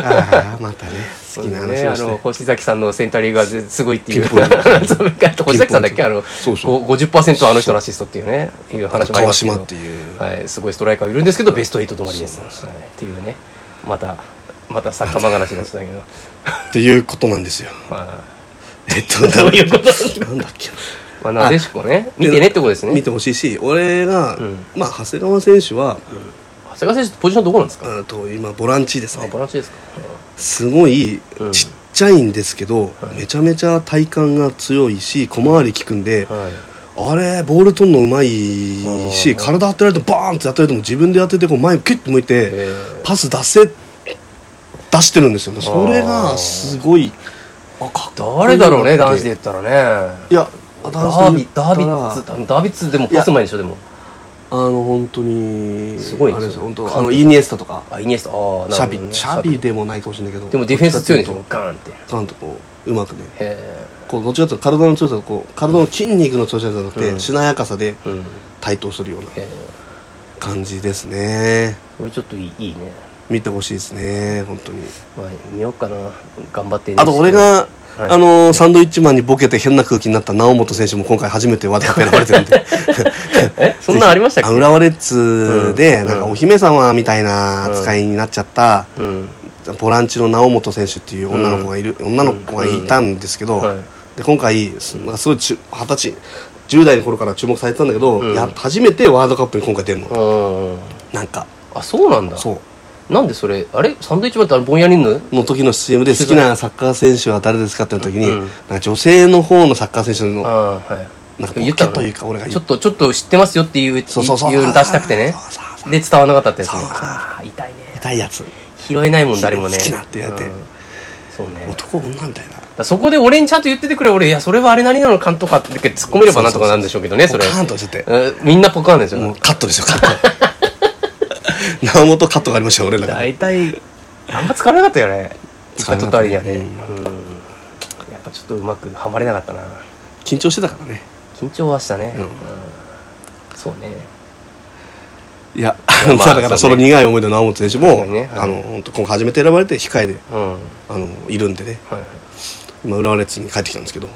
[SPEAKER 1] ああ、またね。好きな
[SPEAKER 2] そうね
[SPEAKER 1] 話
[SPEAKER 2] あ
[SPEAKER 1] をして
[SPEAKER 2] の。星崎さんのセンタリングがすごいっていう
[SPEAKER 1] ピンポイント
[SPEAKER 2] [laughs] そう星崎さんだっけあの
[SPEAKER 1] そうそう
[SPEAKER 2] ご50%はあの人のアシストっていうねいう話もありますけど
[SPEAKER 1] 川島っていう
[SPEAKER 2] はい、すごいストライカーがいるんですけどベスト8止まりですはいっていうねまたまたサッカー漫画話になってたけ
[SPEAKER 1] [laughs]
[SPEAKER 2] ど、
[SPEAKER 1] っていうことなんですよ。
[SPEAKER 2] まあ
[SPEAKER 1] えっと、
[SPEAKER 2] どういうこと
[SPEAKER 1] なんだっけな。
[SPEAKER 2] まあ、なでしこね見てねってことですね
[SPEAKER 1] 見てほしいし、俺が
[SPEAKER 2] ん、
[SPEAKER 1] まあ、長谷川選手は、
[SPEAKER 2] 長谷川選手ポジションどこなんですか、
[SPEAKER 1] あと今、ボランチです
[SPEAKER 2] あ
[SPEAKER 1] ね
[SPEAKER 2] ボ。ランチですか
[SPEAKER 1] すごい
[SPEAKER 2] うん
[SPEAKER 1] ちっちゃいんですけど、めちゃめちゃ体幹が強いし、小回り効くんで、
[SPEAKER 2] はい
[SPEAKER 1] あれ、ボール取るのうまい
[SPEAKER 2] あ
[SPEAKER 1] し、
[SPEAKER 2] ー
[SPEAKER 1] 体当てられてバーンって当てられても自分で当てて、こう前をキュッと向いて
[SPEAKER 2] え、
[SPEAKER 1] パス出せ、出してるんですよね。それ
[SPEAKER 2] あ
[SPEAKER 1] が
[SPEAKER 2] ー
[SPEAKER 1] すごい。あかっこいい
[SPEAKER 2] 誰だろうね男子で言ったらね
[SPEAKER 1] いや、男
[SPEAKER 2] ダ
[SPEAKER 1] 子
[SPEAKER 2] ー
[SPEAKER 1] で
[SPEAKER 2] ビ
[SPEAKER 1] 言
[SPEAKER 2] ッ
[SPEAKER 1] った
[SPEAKER 2] ダ
[SPEAKER 1] ら
[SPEAKER 2] ービッツダービッツでもパスうまいでしょでも
[SPEAKER 1] あの、本当に、
[SPEAKER 2] すごい
[SPEAKER 1] あ
[SPEAKER 2] ですよ
[SPEAKER 1] れですよ、本当、あの、イニエスタとか、
[SPEAKER 2] あイニエスタああ
[SPEAKER 1] シ
[SPEAKER 2] な
[SPEAKER 1] ャ
[SPEAKER 2] る
[SPEAKER 1] ビ
[SPEAKER 2] ほど、ね
[SPEAKER 1] シャビでもないかもしれないけど、
[SPEAKER 2] でもディフェンス強いでし
[SPEAKER 1] ど
[SPEAKER 2] ょ
[SPEAKER 1] っち
[SPEAKER 2] ガーンってへ
[SPEAKER 1] かっていうと。ガンとこう、うまくね、
[SPEAKER 2] え
[SPEAKER 1] こう、どっちかっていうと体の強さと、こう、体の筋肉の強さじゃなくて、
[SPEAKER 2] うん
[SPEAKER 1] しなやかさで
[SPEAKER 2] うんへ
[SPEAKER 1] 対等するような
[SPEAKER 2] え
[SPEAKER 1] 感じですね。
[SPEAKER 2] これちょっといいいいね
[SPEAKER 1] 見てほしいですね、本当に。
[SPEAKER 2] まあ見ようかな頑張って
[SPEAKER 1] あと俺が、
[SPEAKER 2] はい
[SPEAKER 1] あのサンドイッチマンにボケて変な空気になった猶本選手も今回初めてワールドカップ選ばれてるんで
[SPEAKER 2] え [laughs] そんなんありましたっ
[SPEAKER 1] あ
[SPEAKER 2] け
[SPEAKER 1] 浦和レッズで、
[SPEAKER 2] うん
[SPEAKER 1] なんかお姫様みたいな扱いになっちゃった、
[SPEAKER 2] うん
[SPEAKER 1] ボランチの猶本選手っていう女の子がいる、女の子がいたんですけど、
[SPEAKER 2] はい
[SPEAKER 1] で今回すなんかすごいちゅ二十歳10代の頃から注目されてたんだけど、
[SPEAKER 2] うん
[SPEAKER 1] や初めてワールドカップに今回出るの、
[SPEAKER 2] うん
[SPEAKER 1] なんか
[SPEAKER 2] あそうなんだ
[SPEAKER 1] そう
[SPEAKER 2] なんでそれあれサンドイッチマンってあれぼんやりんの
[SPEAKER 1] の時の CM で好きなサッカー選手は誰ですかっての時に、
[SPEAKER 2] うん
[SPEAKER 1] なんか女性の方のサッカー選手の
[SPEAKER 2] ああはい
[SPEAKER 1] なんかボケというか
[SPEAKER 2] 言
[SPEAKER 1] 俺が言う
[SPEAKER 2] ちょっとちょっと知ってますよっていう
[SPEAKER 1] そうそうそう
[SPEAKER 2] 言うの出したくてね
[SPEAKER 1] そうそうそう
[SPEAKER 2] で伝わらなかったってやつ
[SPEAKER 1] そうそう
[SPEAKER 2] ああ痛いね
[SPEAKER 1] 痛いやつ
[SPEAKER 2] 拾えないもん誰もね
[SPEAKER 1] 好きなってやって
[SPEAKER 2] うんそうね
[SPEAKER 1] 男女みたいな
[SPEAKER 2] だからそこで俺にちゃんと言っててくれ俺いやそれはあれ何なのかんとかって突っ込めればなんとかなんでしょうけどねそれ
[SPEAKER 1] ポカーンとしてて
[SPEAKER 2] うんみんなポカーンです
[SPEAKER 1] もう
[SPEAKER 2] よ
[SPEAKER 1] カットです [laughs] よカ
[SPEAKER 2] [laughs]
[SPEAKER 1] ット直本カットがありましたよ俺らが
[SPEAKER 2] 大体あんま疲れなかったよね
[SPEAKER 1] 疲れな
[SPEAKER 2] ちょっ
[SPEAKER 1] か
[SPEAKER 2] と
[SPEAKER 1] った
[SPEAKER 2] あ
[SPEAKER 1] ね
[SPEAKER 2] りやね
[SPEAKER 1] う
[SPEAKER 2] うんやっぱちょっとうまくはまれなかったな
[SPEAKER 1] 緊張してたからね
[SPEAKER 2] 緊張はしたね
[SPEAKER 1] うん
[SPEAKER 2] うんそうね
[SPEAKER 1] いや、
[SPEAKER 2] いやまあ
[SPEAKER 1] さだからその
[SPEAKER 2] そうね
[SPEAKER 1] 苦い思いで直本選手
[SPEAKER 2] 確
[SPEAKER 1] も、
[SPEAKER 2] かにねはい
[SPEAKER 1] あの本当今回初めて選ばれて控えで
[SPEAKER 2] うんは
[SPEAKER 1] あのいるんでね
[SPEAKER 2] いはい
[SPEAKER 1] 今浦和レッズに帰ってきたんですけど、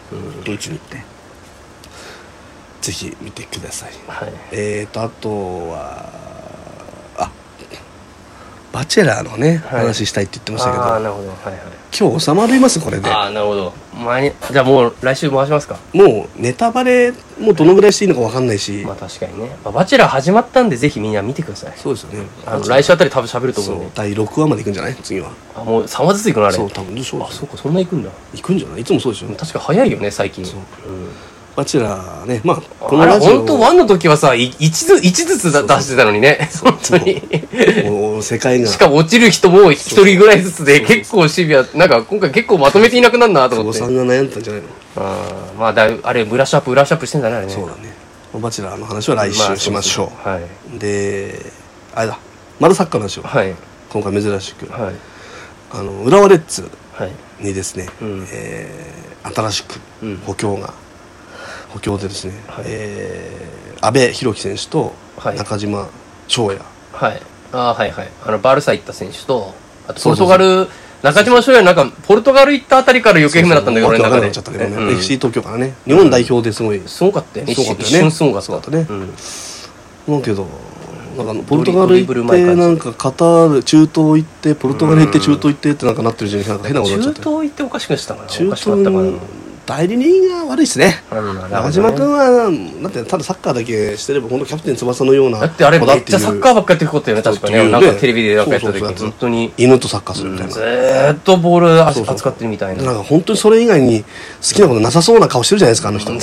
[SPEAKER 1] ドイツに行ってぜひ見てください
[SPEAKER 2] はい
[SPEAKER 1] えーとあとはあバチェラーのね、
[SPEAKER 2] はい
[SPEAKER 1] 話したいって言ってましたけど
[SPEAKER 2] ああなるほどはいはい
[SPEAKER 1] 今日収まりますこれで
[SPEAKER 2] ああなるほど前にじゃあもう来週回しますか
[SPEAKER 1] もうネタバレもうどのぐらいしていいのかわかんないし、
[SPEAKER 2] まあ確かにね、まあ、バチェラー始まったんでぜひみんな見てください
[SPEAKER 1] そうですよね
[SPEAKER 2] あの来週あたり多分喋ると思
[SPEAKER 1] そううん
[SPEAKER 2] で
[SPEAKER 1] 第6話までいくんじゃない次は
[SPEAKER 2] あもう3話ずついくのあれ
[SPEAKER 1] そう多分そう
[SPEAKER 2] あそうかそんな行くんだ
[SPEAKER 1] 行くんじゃないいつもそうでしょ
[SPEAKER 2] 確か早いよね最近
[SPEAKER 1] そう
[SPEAKER 2] うん
[SPEAKER 1] バチェラーねまあこの
[SPEAKER 2] あれ
[SPEAKER 1] ラジオ
[SPEAKER 2] 本当ワンの時はさい一ず一ずつだ出してたのにね本当に
[SPEAKER 1] もう世界が
[SPEAKER 2] しかも落ちる人も一人ぐらいずつで結構シビアなんか今回結構まとめていなくなるなと
[SPEAKER 1] 久
[SPEAKER 2] 思
[SPEAKER 1] 保
[SPEAKER 2] って
[SPEAKER 1] さんが悩んでたんじゃないの
[SPEAKER 2] あまあだいぶあれブラッシュアップブラッシュアップしてんだねあれね
[SPEAKER 1] そうだねバチェラーの話は
[SPEAKER 2] まあ
[SPEAKER 1] 来週しましょう,、
[SPEAKER 2] そうですね
[SPEAKER 1] であれだまだサッカーの話を
[SPEAKER 2] はいはい
[SPEAKER 1] 今回珍しく、
[SPEAKER 2] はい
[SPEAKER 1] あの浦和レッズ
[SPEAKER 2] はい
[SPEAKER 1] にですね、
[SPEAKER 2] うん
[SPEAKER 1] えー新しく
[SPEAKER 2] うん
[SPEAKER 1] 補強が、補強でですね、
[SPEAKER 2] はい
[SPEAKER 1] えー阿部裕樹選手と
[SPEAKER 2] はい
[SPEAKER 1] 中島翔也、
[SPEAKER 2] はい。あーはいはい。あの、バルサ行った選手と、あと、ポ
[SPEAKER 1] そう
[SPEAKER 2] ル
[SPEAKER 1] そうそう
[SPEAKER 2] トガル、中島翔也なんか、ポルトガル行ったあたりから余計不明だったんだけど、
[SPEAKER 1] そう
[SPEAKER 2] 俺
[SPEAKER 1] そう
[SPEAKER 2] の
[SPEAKER 1] わけ
[SPEAKER 2] 中
[SPEAKER 1] わかんなくな
[SPEAKER 2] で。
[SPEAKER 1] っちゃったけどね、
[SPEAKER 2] うん
[SPEAKER 1] FC 東京からね日本代表ですごい、
[SPEAKER 2] すごかったよね。
[SPEAKER 1] すごかったよね
[SPEAKER 2] 一瞬すごかった。
[SPEAKER 1] すごかったね
[SPEAKER 2] うん
[SPEAKER 1] なんけどなんかあのポルトガル
[SPEAKER 2] ドリ
[SPEAKER 1] 行
[SPEAKER 2] ブル
[SPEAKER 1] っ
[SPEAKER 2] うまい
[SPEAKER 1] て
[SPEAKER 2] 感じ
[SPEAKER 1] なんかカタール中東行ってポルトガル行って中東行ってってなんかなってるうちになんか変なこと
[SPEAKER 2] 中
[SPEAKER 1] になっちゃっ
[SPEAKER 2] 東
[SPEAKER 1] て
[SPEAKER 2] 行っておかしくしたかな。
[SPEAKER 1] 中
[SPEAKER 2] おか
[SPEAKER 1] 東
[SPEAKER 2] しくなったかな。
[SPEAKER 1] に代理人が悪いですね
[SPEAKER 2] うん
[SPEAKER 1] 中島君はだってただサッカーだけしてれば本当キャプテン翼のような
[SPEAKER 2] だってあれ
[SPEAKER 1] 子
[SPEAKER 2] め
[SPEAKER 1] だ
[SPEAKER 2] っちゃ
[SPEAKER 1] いう
[SPEAKER 2] サッカーばっかやってることよね、確か
[SPEAKER 1] そう
[SPEAKER 2] ね。
[SPEAKER 1] ってい
[SPEAKER 2] な
[SPEAKER 1] うん
[SPEAKER 2] かテレビでなんかやった時
[SPEAKER 1] そうそう
[SPEAKER 2] に、
[SPEAKER 1] そう
[SPEAKER 2] 本当に、
[SPEAKER 1] 犬とサッカーす
[SPEAKER 2] ず
[SPEAKER 1] るみたいな、
[SPEAKER 2] ーっとボールあ
[SPEAKER 1] そうそう
[SPEAKER 2] 扱ってるみたい
[SPEAKER 1] なん
[SPEAKER 2] な。
[SPEAKER 1] か本当にそれ以外に好きなことなさそうな顔してるじゃないですかあの人ね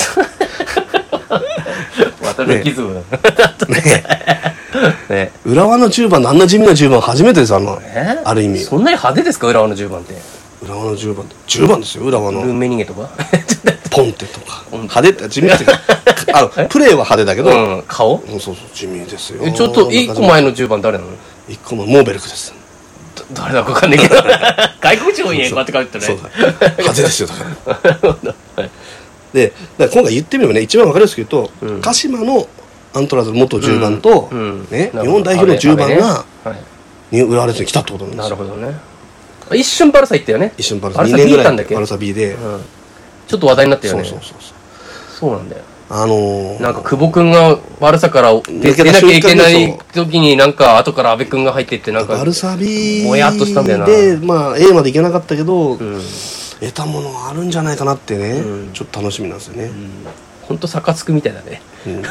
[SPEAKER 2] 渡るキズムだ [laughs] ね。
[SPEAKER 1] 浦和の10番のあんな地味な10番初めてですあの、
[SPEAKER 2] え
[SPEAKER 1] ある意味
[SPEAKER 2] そんなに派手ですか、浦和の10番って。
[SPEAKER 1] 浦和の10番10番ですよ浦和
[SPEAKER 2] ルー
[SPEAKER 1] の
[SPEAKER 2] メニゲと
[SPEAKER 1] [laughs]
[SPEAKER 2] か
[SPEAKER 1] ポンテとか派手って地味って
[SPEAKER 2] [laughs]
[SPEAKER 1] いうかあのプレーは派手だけど、
[SPEAKER 2] うん、顔
[SPEAKER 1] うんそうそう地味ですよ
[SPEAKER 2] えちょっと一個前の10番誰なの [laughs]
[SPEAKER 1] 一個前モーベルクです
[SPEAKER 2] 誰だかわかんないけど外国人多いねこうやって書いてた
[SPEAKER 1] そう
[SPEAKER 2] ね
[SPEAKER 1] だ。派手ですよ、だから。で、だから今回言ってみればね、一番わかりやすく言うと、
[SPEAKER 2] うん
[SPEAKER 1] 鹿島のアントラーズの元10番と、
[SPEAKER 2] [laughs] うん
[SPEAKER 1] ね、
[SPEAKER 2] な
[SPEAKER 1] 日
[SPEAKER 2] るほ
[SPEAKER 1] 本
[SPEAKER 2] ど
[SPEAKER 1] 代表の10
[SPEAKER 2] あ
[SPEAKER 1] 番
[SPEAKER 2] れ
[SPEAKER 1] が、
[SPEAKER 2] あれね
[SPEAKER 1] に浦和レッズに来たってことなん
[SPEAKER 2] はい
[SPEAKER 1] です
[SPEAKER 2] なる
[SPEAKER 1] よ。
[SPEAKER 2] ほどね一瞬バルサ行ったよね
[SPEAKER 1] 一瞬バルサ、
[SPEAKER 2] バル
[SPEAKER 1] 2
[SPEAKER 2] サ
[SPEAKER 1] 年ぐら
[SPEAKER 2] た
[SPEAKER 1] い
[SPEAKER 2] んだっけ
[SPEAKER 1] バルサ B で。
[SPEAKER 2] うんちょっと話題になったよ
[SPEAKER 1] そ
[SPEAKER 2] ね
[SPEAKER 1] うそうそうそう。
[SPEAKER 2] そうなんだよ
[SPEAKER 1] あのー、
[SPEAKER 2] なんか久保君が悪さから出出なきゃいけない時になんか後から阿部君が入ってってなんか
[SPEAKER 1] バルサ B
[SPEAKER 2] もやっとしたんだよな
[SPEAKER 1] で、まあ A までいけなかったけど、
[SPEAKER 2] うん
[SPEAKER 1] 得たものがあるんじゃないかなってね、
[SPEAKER 2] うん
[SPEAKER 1] ちょっと楽しみなんですよね。
[SPEAKER 2] 本当サカツクみたいだね
[SPEAKER 1] うん留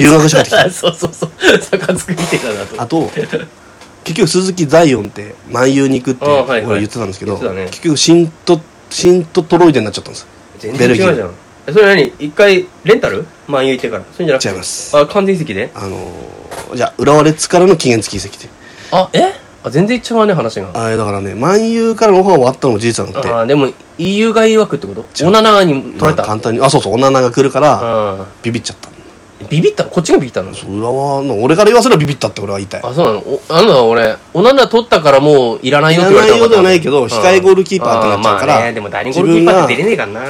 [SPEAKER 2] 留
[SPEAKER 1] 学して帰ってきた
[SPEAKER 2] [laughs] そうそうそうサカツクみたいだなと
[SPEAKER 1] あと [laughs] 結局鈴木ザイオンって万有に行くって
[SPEAKER 2] ああはいはい
[SPEAKER 1] 俺言ってたんですけど、
[SPEAKER 2] 言ってたね
[SPEAKER 1] 結局シントシントトロイデになっちゃったんです
[SPEAKER 2] 全
[SPEAKER 1] ベ
[SPEAKER 2] 然違
[SPEAKER 1] ル
[SPEAKER 2] う
[SPEAKER 1] ギ
[SPEAKER 2] じ
[SPEAKER 1] ー
[SPEAKER 2] ゃんえそれ何一回レンタル万有行ってからそういうんじゃなくて
[SPEAKER 1] 違います
[SPEAKER 2] あ完全移籍で
[SPEAKER 1] あのーじゃあ浦和レッズからの期限付き移籍って
[SPEAKER 2] あえあ全然違うね話が
[SPEAKER 1] あれだからね万有からのオファー終わったのも事実なのって
[SPEAKER 2] あでも EU 外枠ってことオナナガに取
[SPEAKER 1] まあ
[SPEAKER 2] れた
[SPEAKER 1] 簡単にあそうそうオナナが来るから
[SPEAKER 2] あ
[SPEAKER 1] ビビっちゃった
[SPEAKER 2] ービビったのこっちがビビったの
[SPEAKER 1] そう浦和の俺から言わせればビビったって俺は言いたい
[SPEAKER 2] あそうなのおあの俺オナナ取ったからもういらないよって言われた
[SPEAKER 1] いらないようではないけど
[SPEAKER 2] うん
[SPEAKER 1] 控えゴールキーパーってなっちゃうから
[SPEAKER 2] あーまあねでも誰にゴールキーパーって出れねえからな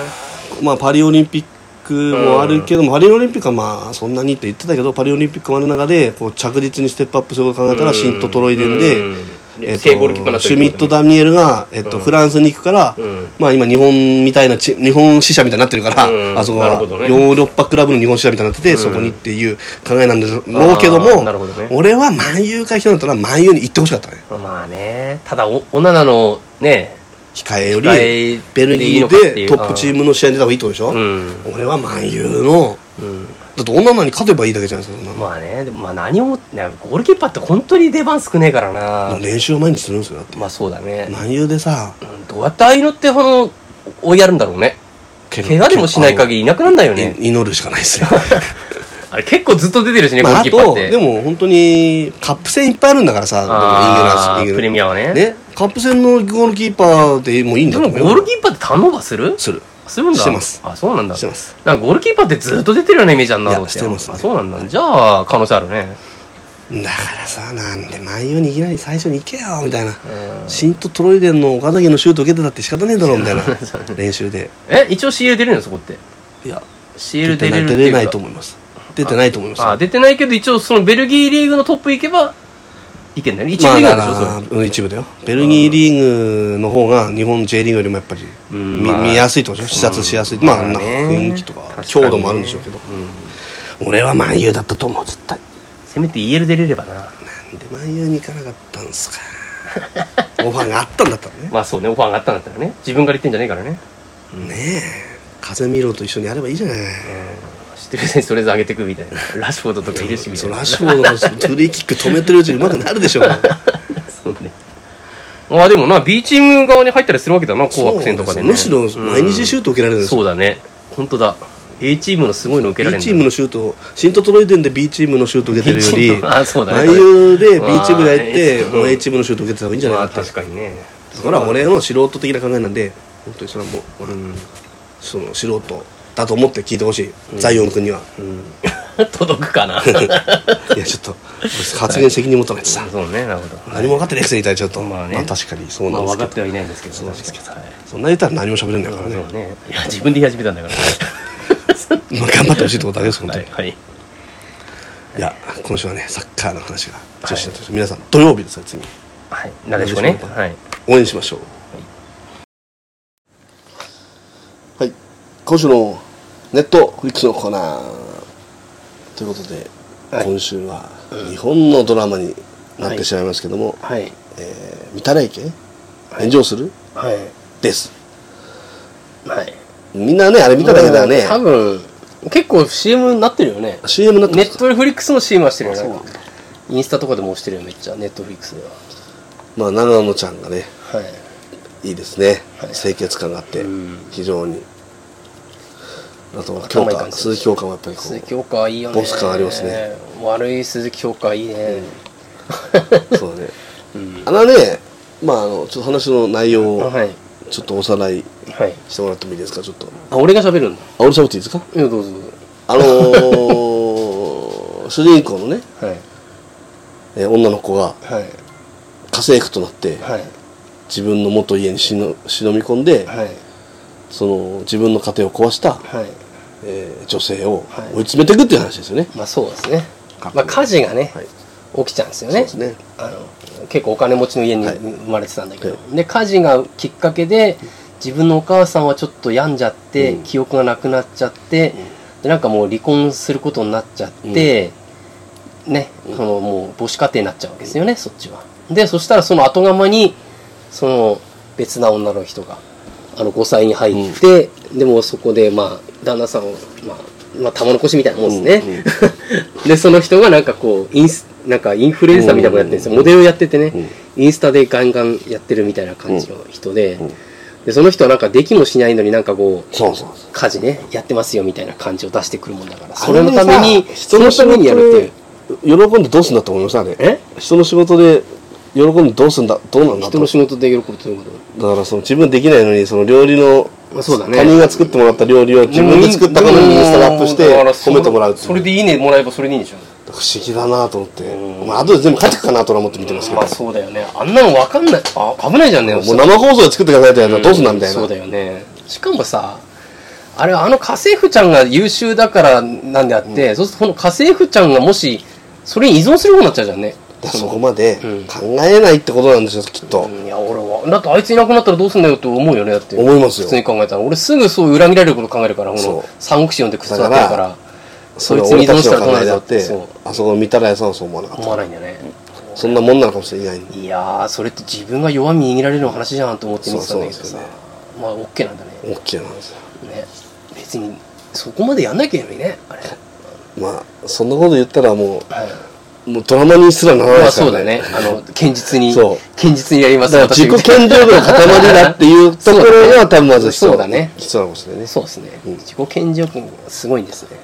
[SPEAKER 1] まあ、パリオリンピックもあるけども、パリオリンピックはまあそんなにって言ってたけどパリオリンピックもある中でこう着実にステップアップすることを考えたらシント・トロイデンで、
[SPEAKER 2] うん
[SPEAKER 1] えっと
[SPEAKER 2] 正ゴールキーパーになった
[SPEAKER 1] シュミット・ダニエルが、えっとフランスに行くから、
[SPEAKER 2] うん
[SPEAKER 1] まあ、今日本みたいなチ日本支社みたいになってるから、
[SPEAKER 2] うん
[SPEAKER 1] あそこ
[SPEAKER 2] な
[SPEAKER 1] は
[SPEAKER 2] るほどね
[SPEAKER 1] ヨーロッパクラブの日本支社みたいになってて、そこにっていう考えなんだろうけど
[SPEAKER 2] あ
[SPEAKER 1] も
[SPEAKER 2] ーなるほどね
[SPEAKER 1] 俺は万有会人だったら万有に行ってほしかったね
[SPEAKER 2] まあねただおオナナのね
[SPEAKER 1] 控えより
[SPEAKER 2] 控え
[SPEAKER 1] ベルギー
[SPEAKER 2] でい
[SPEAKER 1] で
[SPEAKER 2] い
[SPEAKER 1] ト
[SPEAKER 2] のか
[SPEAKER 1] ップ
[SPEAKER 2] っていう
[SPEAKER 1] チームの試合に出た方がいいってことでしょ、
[SPEAKER 2] うん
[SPEAKER 1] 俺は万有の
[SPEAKER 2] うん
[SPEAKER 1] だって女の子に勝てばいいだけじゃないですか、そんな
[SPEAKER 2] まあねでもまあ何もねゴールキーパーって本当に出番少ねえからな
[SPEAKER 1] 練習を毎日するんですよだって
[SPEAKER 2] まあそうだね
[SPEAKER 1] 何遊でさ
[SPEAKER 2] うんどうやってああいうのってこの追いやるんだろうね怪我でもしない限りいなくなんないよ
[SPEAKER 1] り、
[SPEAKER 2] ね
[SPEAKER 1] い祈るしかないですよ、
[SPEAKER 2] あれ結構ずっと出て [laughs] るしねゴー
[SPEAKER 1] まあ、
[SPEAKER 2] ル
[SPEAKER 1] あ
[SPEAKER 2] キーパー
[SPEAKER 1] と
[SPEAKER 2] って
[SPEAKER 1] でも本当にカップ戦いっぱいあるんだからさでも
[SPEAKER 2] あー
[SPEAKER 1] イングランドイングランド
[SPEAKER 2] プレミアはね
[SPEAKER 1] ねカップ戦のゴールキーパーでもういいん
[SPEAKER 2] で
[SPEAKER 1] だと
[SPEAKER 2] も
[SPEAKER 1] 思う
[SPEAKER 2] ゴールキーパーってターンオーバーする
[SPEAKER 1] する
[SPEAKER 2] するんだ
[SPEAKER 1] してます
[SPEAKER 2] あそうなんだ
[SPEAKER 1] してます
[SPEAKER 2] なんかゴールキーパーってずっと出てるようなイメージあんない
[SPEAKER 1] や
[SPEAKER 2] どう
[SPEAKER 1] してますね
[SPEAKER 2] あそうなんだじゃあ可能性あるね
[SPEAKER 1] だからさなんで万有にいきなり最初に行けよみたいな
[SPEAKER 2] うん
[SPEAKER 1] シント・トロイデンの岡崎のシュート受けてたって仕方ねえだろうみたいな練習で
[SPEAKER 2] え一応 CL 出れるのそこって
[SPEAKER 1] いや出
[SPEAKER 2] CL 出
[SPEAKER 1] てな
[SPEAKER 2] れ
[SPEAKER 1] い
[SPEAKER 2] る
[SPEAKER 1] 出
[SPEAKER 2] ってい
[SPEAKER 1] れ
[SPEAKER 2] うか
[SPEAKER 1] ないと思います出てないと思います
[SPEAKER 2] あ出てないけど一応そのベルギーリーグのトップ行けばいけんだよね一
[SPEAKER 1] ま
[SPEAKER 2] 応
[SPEAKER 1] あ
[SPEAKER 2] リ
[SPEAKER 1] だ
[SPEAKER 2] ーグなんでしょそ
[SPEAKER 1] か
[SPEAKER 2] れ
[SPEAKER 1] らうん一部だよベルギーリーグの方が日本 J リーグよりもやっぱり見,、
[SPEAKER 2] うんまあ
[SPEAKER 1] 見やすいってことでしょ視察しやすい、まあなんか雰囲気とか強度もあるんでしょうけど、俺は万有だったと思う絶対
[SPEAKER 2] せめて EL 出れればな
[SPEAKER 1] なんで万有に行かなかったん
[SPEAKER 2] [laughs]
[SPEAKER 1] すかオファーがあったんだったらね
[SPEAKER 2] まあそうねオファーがあったんだったらね自分が言ってんじゃねえからね
[SPEAKER 1] ねえ風見ろと一緒にやればいいじゃない、
[SPEAKER 2] 知ってる選手とりあえず上げてくみたいなラッシュフォードとかいるしみた
[SPEAKER 1] そ
[SPEAKER 2] い
[SPEAKER 1] の
[SPEAKER 2] な
[SPEAKER 1] ラッシュフォードのフリーキック止めてるうちにうまくなるでしょう
[SPEAKER 2] そうねま [laughs] あでもな B チーム側に入ったりするわけだな [laughs] 紅白戦とかでね
[SPEAKER 1] そうなんですよむしろ毎日シュート受けられるんですよ
[SPEAKER 2] そうだね本当だ A チームのすごいの受けられ
[SPEAKER 1] B
[SPEAKER 2] る
[SPEAKER 1] チームのシュートをシントトロイデンで B チームのシュート受けてるよ
[SPEAKER 2] B チー
[SPEAKER 1] り
[SPEAKER 2] ムあ [laughs] そうだね
[SPEAKER 1] 内容で B チームがやって
[SPEAKER 2] まあ
[SPEAKER 1] もう A チームのシュート受けてた方がいいんじゃない
[SPEAKER 2] ま
[SPEAKER 1] か
[SPEAKER 2] あ
[SPEAKER 1] って
[SPEAKER 2] 確かにね
[SPEAKER 1] それは俺の素人的な考えなんで本当にそれはもう、
[SPEAKER 2] ん
[SPEAKER 1] その素人だと思って聞いてほしい、ザイオン君には
[SPEAKER 2] [laughs] 届くかな
[SPEAKER 1] いやちょっと発言責任持たないとさ、
[SPEAKER 2] そうねなるほど
[SPEAKER 1] 何も分かってないくせに言いたいちょっと、ま
[SPEAKER 2] ま
[SPEAKER 1] あ
[SPEAKER 2] あね
[SPEAKER 1] 確かにそう
[SPEAKER 2] ま
[SPEAKER 1] な
[SPEAKER 2] あ
[SPEAKER 1] んですけど、
[SPEAKER 2] 分かってはいないんですけど
[SPEAKER 1] そうなんですけ
[SPEAKER 2] 確かにはい
[SPEAKER 1] そんな言ったら何も喋れないからね、
[SPEAKER 2] そうねいや自分で言い始めたんだから
[SPEAKER 1] まあ、頑張ってほしいってことだけです本当
[SPEAKER 2] は
[SPEAKER 1] に、
[SPEAKER 2] いはい
[SPEAKER 1] い、や今週はねサッカーの話が女子だとして、皆さん土曜日ですよ次
[SPEAKER 2] はいなでしこねはい
[SPEAKER 1] 応援しましょうはい、今週のネットフリックスのコーナーということで、
[SPEAKER 2] はい
[SPEAKER 1] 今週は日本のドラマになってしまいますけども、
[SPEAKER 2] はい
[SPEAKER 1] えー、見たらいけ炎上する、
[SPEAKER 2] はい
[SPEAKER 1] です
[SPEAKER 2] はい
[SPEAKER 1] みんなねあれ見ただけだよね
[SPEAKER 2] 多分結構 CM になってるよね
[SPEAKER 1] CM になって
[SPEAKER 2] ネ
[SPEAKER 1] ま
[SPEAKER 2] ッ
[SPEAKER 1] す
[SPEAKER 2] トフリックスの CM はしてるよ
[SPEAKER 1] そう
[SPEAKER 2] ね
[SPEAKER 1] なんだ
[SPEAKER 2] インスタとかでも押してるよめっちゃネットフリックスでは
[SPEAKER 1] まあ長野ちゃんがね
[SPEAKER 2] はい
[SPEAKER 1] いいですね、
[SPEAKER 2] はい
[SPEAKER 1] 清潔感があって
[SPEAKER 2] うん
[SPEAKER 1] 非常にあとは強
[SPEAKER 2] 頭いい感
[SPEAKER 1] 化
[SPEAKER 2] じ
[SPEAKER 1] 鈴木強化もやっぱりこ
[SPEAKER 2] 鈴木京香いいよね
[SPEAKER 1] ボス感ありますね
[SPEAKER 2] 悪い鈴木京香いいね
[SPEAKER 1] うそうだね
[SPEAKER 2] [laughs] うん
[SPEAKER 1] あのねまああのちょっと話の内容を
[SPEAKER 2] はい
[SPEAKER 1] ちょっとおさらい
[SPEAKER 2] はい
[SPEAKER 1] してもらってもいいですかちょっと
[SPEAKER 2] あ俺が喋るんだ
[SPEAKER 1] あ俺喋っていいですか
[SPEAKER 2] いやどうぞどうぞ
[SPEAKER 1] あのー主人公のね
[SPEAKER 2] はい
[SPEAKER 1] えー女の子が
[SPEAKER 2] は
[SPEAKER 1] 家
[SPEAKER 2] い
[SPEAKER 1] 家政婦となって
[SPEAKER 3] はい
[SPEAKER 1] 自分の元家に忍忍び込んで、
[SPEAKER 3] はい
[SPEAKER 1] その自分の家庭を壊した、
[SPEAKER 3] はい
[SPEAKER 1] えー女性を
[SPEAKER 3] はい
[SPEAKER 1] 追い詰めていくっていう話ですよね、
[SPEAKER 2] まあそうですね
[SPEAKER 1] かっこ
[SPEAKER 2] ま
[SPEAKER 1] いい
[SPEAKER 2] あ火事がね、
[SPEAKER 1] はい
[SPEAKER 2] 起きちゃうんですよ
[SPEAKER 1] そう
[SPEAKER 2] ね
[SPEAKER 1] ですね
[SPEAKER 2] あの結構お金持ちの家に
[SPEAKER 1] はい
[SPEAKER 2] 生まれてたんだけど、
[SPEAKER 1] は
[SPEAKER 2] で火事がきっかけで自分のお母さんはちょっと病んじゃって、
[SPEAKER 1] うん
[SPEAKER 2] 記憶がなくなっちゃって、でなんかもう離婚することになっちゃって、ね、そのもう母子家庭になっちゃうわけですよね、そっちはでそしたらその後釜にその別な女の人があの5歳に入って、でもそこでまあ旦那さんをまあまあ、玉の腰みたいなもんですね、 [laughs] でその人がなんかこうインスなんかインフルエンサーみたいなことやってるんですよ、
[SPEAKER 1] うんうんうん
[SPEAKER 2] モデルやっててね、
[SPEAKER 1] うん
[SPEAKER 2] インスタでガンガンやってるみたいな感じの人で,、
[SPEAKER 1] んうん
[SPEAKER 2] でその人はなんかできもしないのになんかこう
[SPEAKER 1] そうそうそう
[SPEAKER 2] 家事ねやってますよみたいな感じを出してくるもんだから
[SPEAKER 1] あ
[SPEAKER 2] それのために
[SPEAKER 1] さ
[SPEAKER 2] そのためにやるっていう
[SPEAKER 1] 人の仕事で喜んでどうすんだと思いましたね
[SPEAKER 2] え
[SPEAKER 1] 人の仕事で喜んでどうすんだどうなんだ
[SPEAKER 2] 人
[SPEAKER 1] と
[SPEAKER 2] の仕事で喜ぶというこ
[SPEAKER 1] だからその自分できないのにその料理の
[SPEAKER 2] まあそうだね
[SPEAKER 1] 他人が作ってもらった料理を
[SPEAKER 2] と
[SPEAKER 1] 自分で作ったかのようにインスタでアップして褒めてもらうっていう
[SPEAKER 2] それでいいねもらえばそれでいいんでしょ
[SPEAKER 1] 不思議だなと思って、まあ後で全部書いてくかなとは思って見てますけど、
[SPEAKER 2] まあそうだよねあんなの分かんないあ危ないじゃんね
[SPEAKER 1] もう生放送で作って考えたやつはどうすんだみたいな、
[SPEAKER 2] そうだよねしかもさあれあの家政婦ちゃんが優秀だからなんであって、そうするとこの家政婦ちゃんがもしそれに依存するようになっちゃうじゃんね
[SPEAKER 1] だからそこまで
[SPEAKER 2] うん
[SPEAKER 1] 考えないってことなんですよきっと、
[SPEAKER 2] いや俺はだってあいついなくなったらどうすんだよって思うよねだって
[SPEAKER 1] 思います
[SPEAKER 2] 普
[SPEAKER 1] よ
[SPEAKER 2] 通に考えたら俺すぐそう裏切られること考えるからこ
[SPEAKER 1] そう
[SPEAKER 2] の三国志読んでくっつかってる
[SPEAKER 1] だ
[SPEAKER 2] か
[SPEAKER 1] からら
[SPEAKER 2] そ
[SPEAKER 1] そ
[SPEAKER 2] い
[SPEAKER 1] れ
[SPEAKER 2] つ
[SPEAKER 1] は俺
[SPEAKER 2] に依存
[SPEAKER 1] た
[SPEAKER 2] し
[SPEAKER 1] ち
[SPEAKER 2] た
[SPEAKER 1] の
[SPEAKER 2] らどう
[SPEAKER 1] 考え
[SPEAKER 2] なる
[SPEAKER 1] であ
[SPEAKER 2] ぞっ
[SPEAKER 1] ってて
[SPEAKER 2] そう
[SPEAKER 1] あそこの見たらやさんはそう思わなかっ
[SPEAKER 2] 思
[SPEAKER 1] た
[SPEAKER 2] わないんだよね
[SPEAKER 1] そんなもんなのかもしれない
[SPEAKER 2] いやーそれって自分が弱み握られるの話じゃんと思って見てたんだけど
[SPEAKER 1] そうそ
[SPEAKER 2] さ
[SPEAKER 1] うそう
[SPEAKER 2] まあ OK なんだね
[SPEAKER 1] 大きいなんですよ
[SPEAKER 2] ね別にそこまでやんなきゃいけないのにねあれ
[SPEAKER 1] まあそんなこと言ったらもうもうドラマにすらならない
[SPEAKER 2] ま
[SPEAKER 1] で
[SPEAKER 2] あ
[SPEAKER 1] すか
[SPEAKER 2] そう
[SPEAKER 1] ら
[SPEAKER 2] だ
[SPEAKER 1] ね
[SPEAKER 2] ね。あの、堅実に、
[SPEAKER 1] そう
[SPEAKER 2] 堅実にやります、
[SPEAKER 1] だから
[SPEAKER 2] 私
[SPEAKER 1] 自己顕示欲の塊だっていうところが多分まず必要
[SPEAKER 2] そうだね
[SPEAKER 1] 必要なかもしれないね
[SPEAKER 2] そうですね。
[SPEAKER 1] うん
[SPEAKER 2] 自己顕示欲がすごいんですね。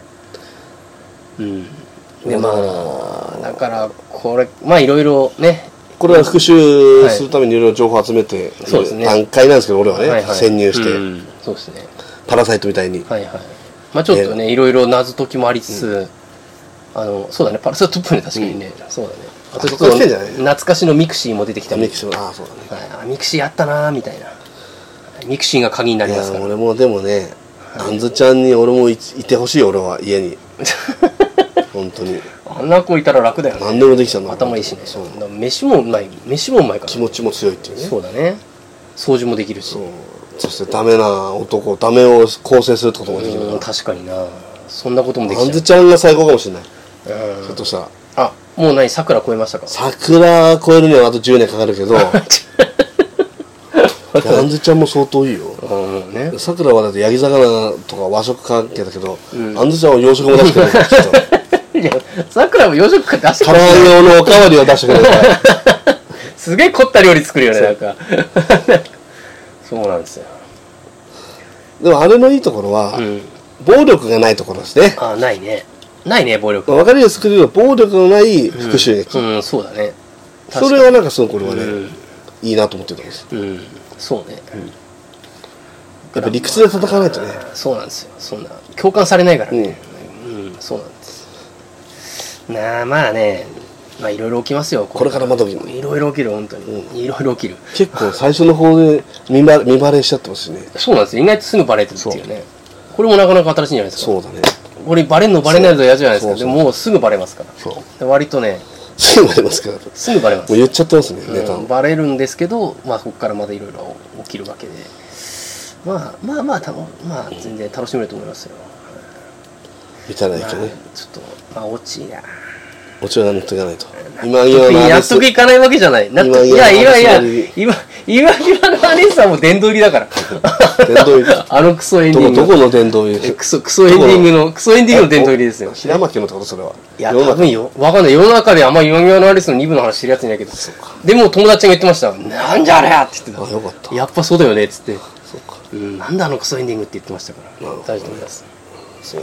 [SPEAKER 2] うん。で、まあ、だから、これ、まあいろいろね、
[SPEAKER 1] これは復
[SPEAKER 2] は
[SPEAKER 1] 習
[SPEAKER 2] い
[SPEAKER 1] するためにいろいろ情報を集めて、
[SPEAKER 2] そうですね
[SPEAKER 1] 段階なんですけど俺はね、
[SPEAKER 2] はいはい
[SPEAKER 1] 潜入して、
[SPEAKER 2] うんそうですね。
[SPEAKER 1] パラサイトみたいに、
[SPEAKER 2] はいはい。まあちょっとね、いろいろ謎解きもありつつ、あの、そうだね、パラサイトトップね、確かにね。そうだね。あとちょっと、
[SPEAKER 1] 懐かしいんじゃない
[SPEAKER 2] 懐かしのミクシーも出てきた
[SPEAKER 1] ミクシーああそうだね
[SPEAKER 2] はいあミクシーやったなーみたいな。ミクシーが鍵にないりますか
[SPEAKER 1] や
[SPEAKER 2] ら。
[SPEAKER 1] 俺もでもねあんずちゃんに俺もいいてほしい俺は家に本当に
[SPEAKER 2] [laughs] あんな子いたら楽だよね。
[SPEAKER 1] 何でもできちゃうんだ
[SPEAKER 2] 頭いいしね。
[SPEAKER 1] そう
[SPEAKER 2] だから飯もうまい。飯もうまいから。
[SPEAKER 1] 気持ちも強いっていうね
[SPEAKER 2] そうだね。掃除もできるし。
[SPEAKER 1] そうそしてダメな男ダメを構成するってこともできる
[SPEAKER 2] うん、
[SPEAKER 1] か
[SPEAKER 2] 確かにな。そんなこともで
[SPEAKER 1] らあ
[SPEAKER 2] き
[SPEAKER 1] んず
[SPEAKER 2] ち
[SPEAKER 1] ちゃんが最高かもしれないひ
[SPEAKER 2] ゃう。う
[SPEAKER 1] ょっ
[SPEAKER 2] ん
[SPEAKER 1] としたら
[SPEAKER 2] あ、もう何桜超えましたか [laughs]
[SPEAKER 1] 桜越えるにはあと10年かかるけどあんずちゃんも相当いいよ
[SPEAKER 2] あもうね。
[SPEAKER 1] さくらはだって焼き魚とか和食関係だけど、
[SPEAKER 2] うん
[SPEAKER 1] あんずちゃんは洋食も出してくれるからちょっ
[SPEAKER 2] [laughs]
[SPEAKER 1] と
[SPEAKER 2] [laughs] いや、桜も洋食出して
[SPEAKER 1] 唐
[SPEAKER 2] くれ
[SPEAKER 1] 揚げ用のおかわりを出してくれるから
[SPEAKER 2] すげえ凝った料理作るよね、なんか。 [laughs] そうなんですよ。
[SPEAKER 1] でもあれのいいところは、
[SPEAKER 2] うん。
[SPEAKER 1] 暴力がないところですね。
[SPEAKER 2] あ、ないね。ないね、暴力。
[SPEAKER 1] わかりやすく言うと暴力のない復讐劇。
[SPEAKER 2] うん、そうだね。
[SPEAKER 1] それはなんかすごく俺はね、
[SPEAKER 2] うん
[SPEAKER 1] いいなと思ってたんです。
[SPEAKER 2] うん、そうね。
[SPEAKER 1] やっぱ理屈で戦わないとね。
[SPEAKER 2] そうなんですよそんな共感されないからねうん、そうなんですなあまあねまあいろいろ起きますよ
[SPEAKER 1] これからまた起きる
[SPEAKER 2] いろいろ起きる本当に、いろいろ起きる
[SPEAKER 1] 結構最初の方で見バレ見バレしちゃってますしね。
[SPEAKER 2] そうなんですよ意外とすぐバレてるっていうねこれもなかなか新しいんじゃないですか
[SPEAKER 1] そうだね。
[SPEAKER 2] これバレるのバレないのと嫌じゃないですか
[SPEAKER 1] そうそう
[SPEAKER 2] でももうすぐバレますから
[SPEAKER 1] そう。
[SPEAKER 2] で割とね
[SPEAKER 1] すぐバレますから。も
[SPEAKER 2] すぐバレます
[SPEAKER 1] う言っちゃってますね、ネタ
[SPEAKER 2] うん、バレるんですけど、まあ、ここからまだいろいろ起きるわけで、まあ、まあまあたのまあ全然楽しめると思いますよ、
[SPEAKER 1] 見たらいい
[SPEAKER 2] まあ
[SPEAKER 1] け
[SPEAKER 2] ちょ
[SPEAKER 1] どね。
[SPEAKER 2] っとまあ落ちや
[SPEAKER 1] もちろん乗っていかないと。今
[SPEAKER 2] 納
[SPEAKER 1] 際
[SPEAKER 2] 得
[SPEAKER 1] の
[SPEAKER 2] 納
[SPEAKER 1] 話
[SPEAKER 2] 得いかないわけじゃない。納得い
[SPEAKER 1] 今
[SPEAKER 2] やいやいや
[SPEAKER 1] 今の、
[SPEAKER 2] 今、今今のアネさんも殿堂入りだから。
[SPEAKER 1] 殿堂入り
[SPEAKER 2] [laughs] あのクソエンデ
[SPEAKER 1] ど
[SPEAKER 2] ィ
[SPEAKER 1] こ、
[SPEAKER 2] ン
[SPEAKER 1] どこ
[SPEAKER 2] グ。
[SPEAKER 1] の殿堂入
[SPEAKER 2] え
[SPEAKER 1] り
[SPEAKER 2] クソ、クソエンディングの、クソエンディングの殿堂入りですよ。
[SPEAKER 1] 平巻のってことそれは。
[SPEAKER 2] いや、
[SPEAKER 1] 世の
[SPEAKER 2] 多
[SPEAKER 1] 中
[SPEAKER 2] 分よ。わかんない。世の中であんま今際のアリスの2部の話してるやついないけど。でも友達が言ってました。なんじゃあれやって言って
[SPEAKER 1] あよかった
[SPEAKER 2] た。やっぱそうだよねっつって。
[SPEAKER 1] そうか。
[SPEAKER 2] うん、なんだあのクソエンディングって言ってましたから
[SPEAKER 1] なるほ。ど
[SPEAKER 2] 大丈夫です。
[SPEAKER 1] そう。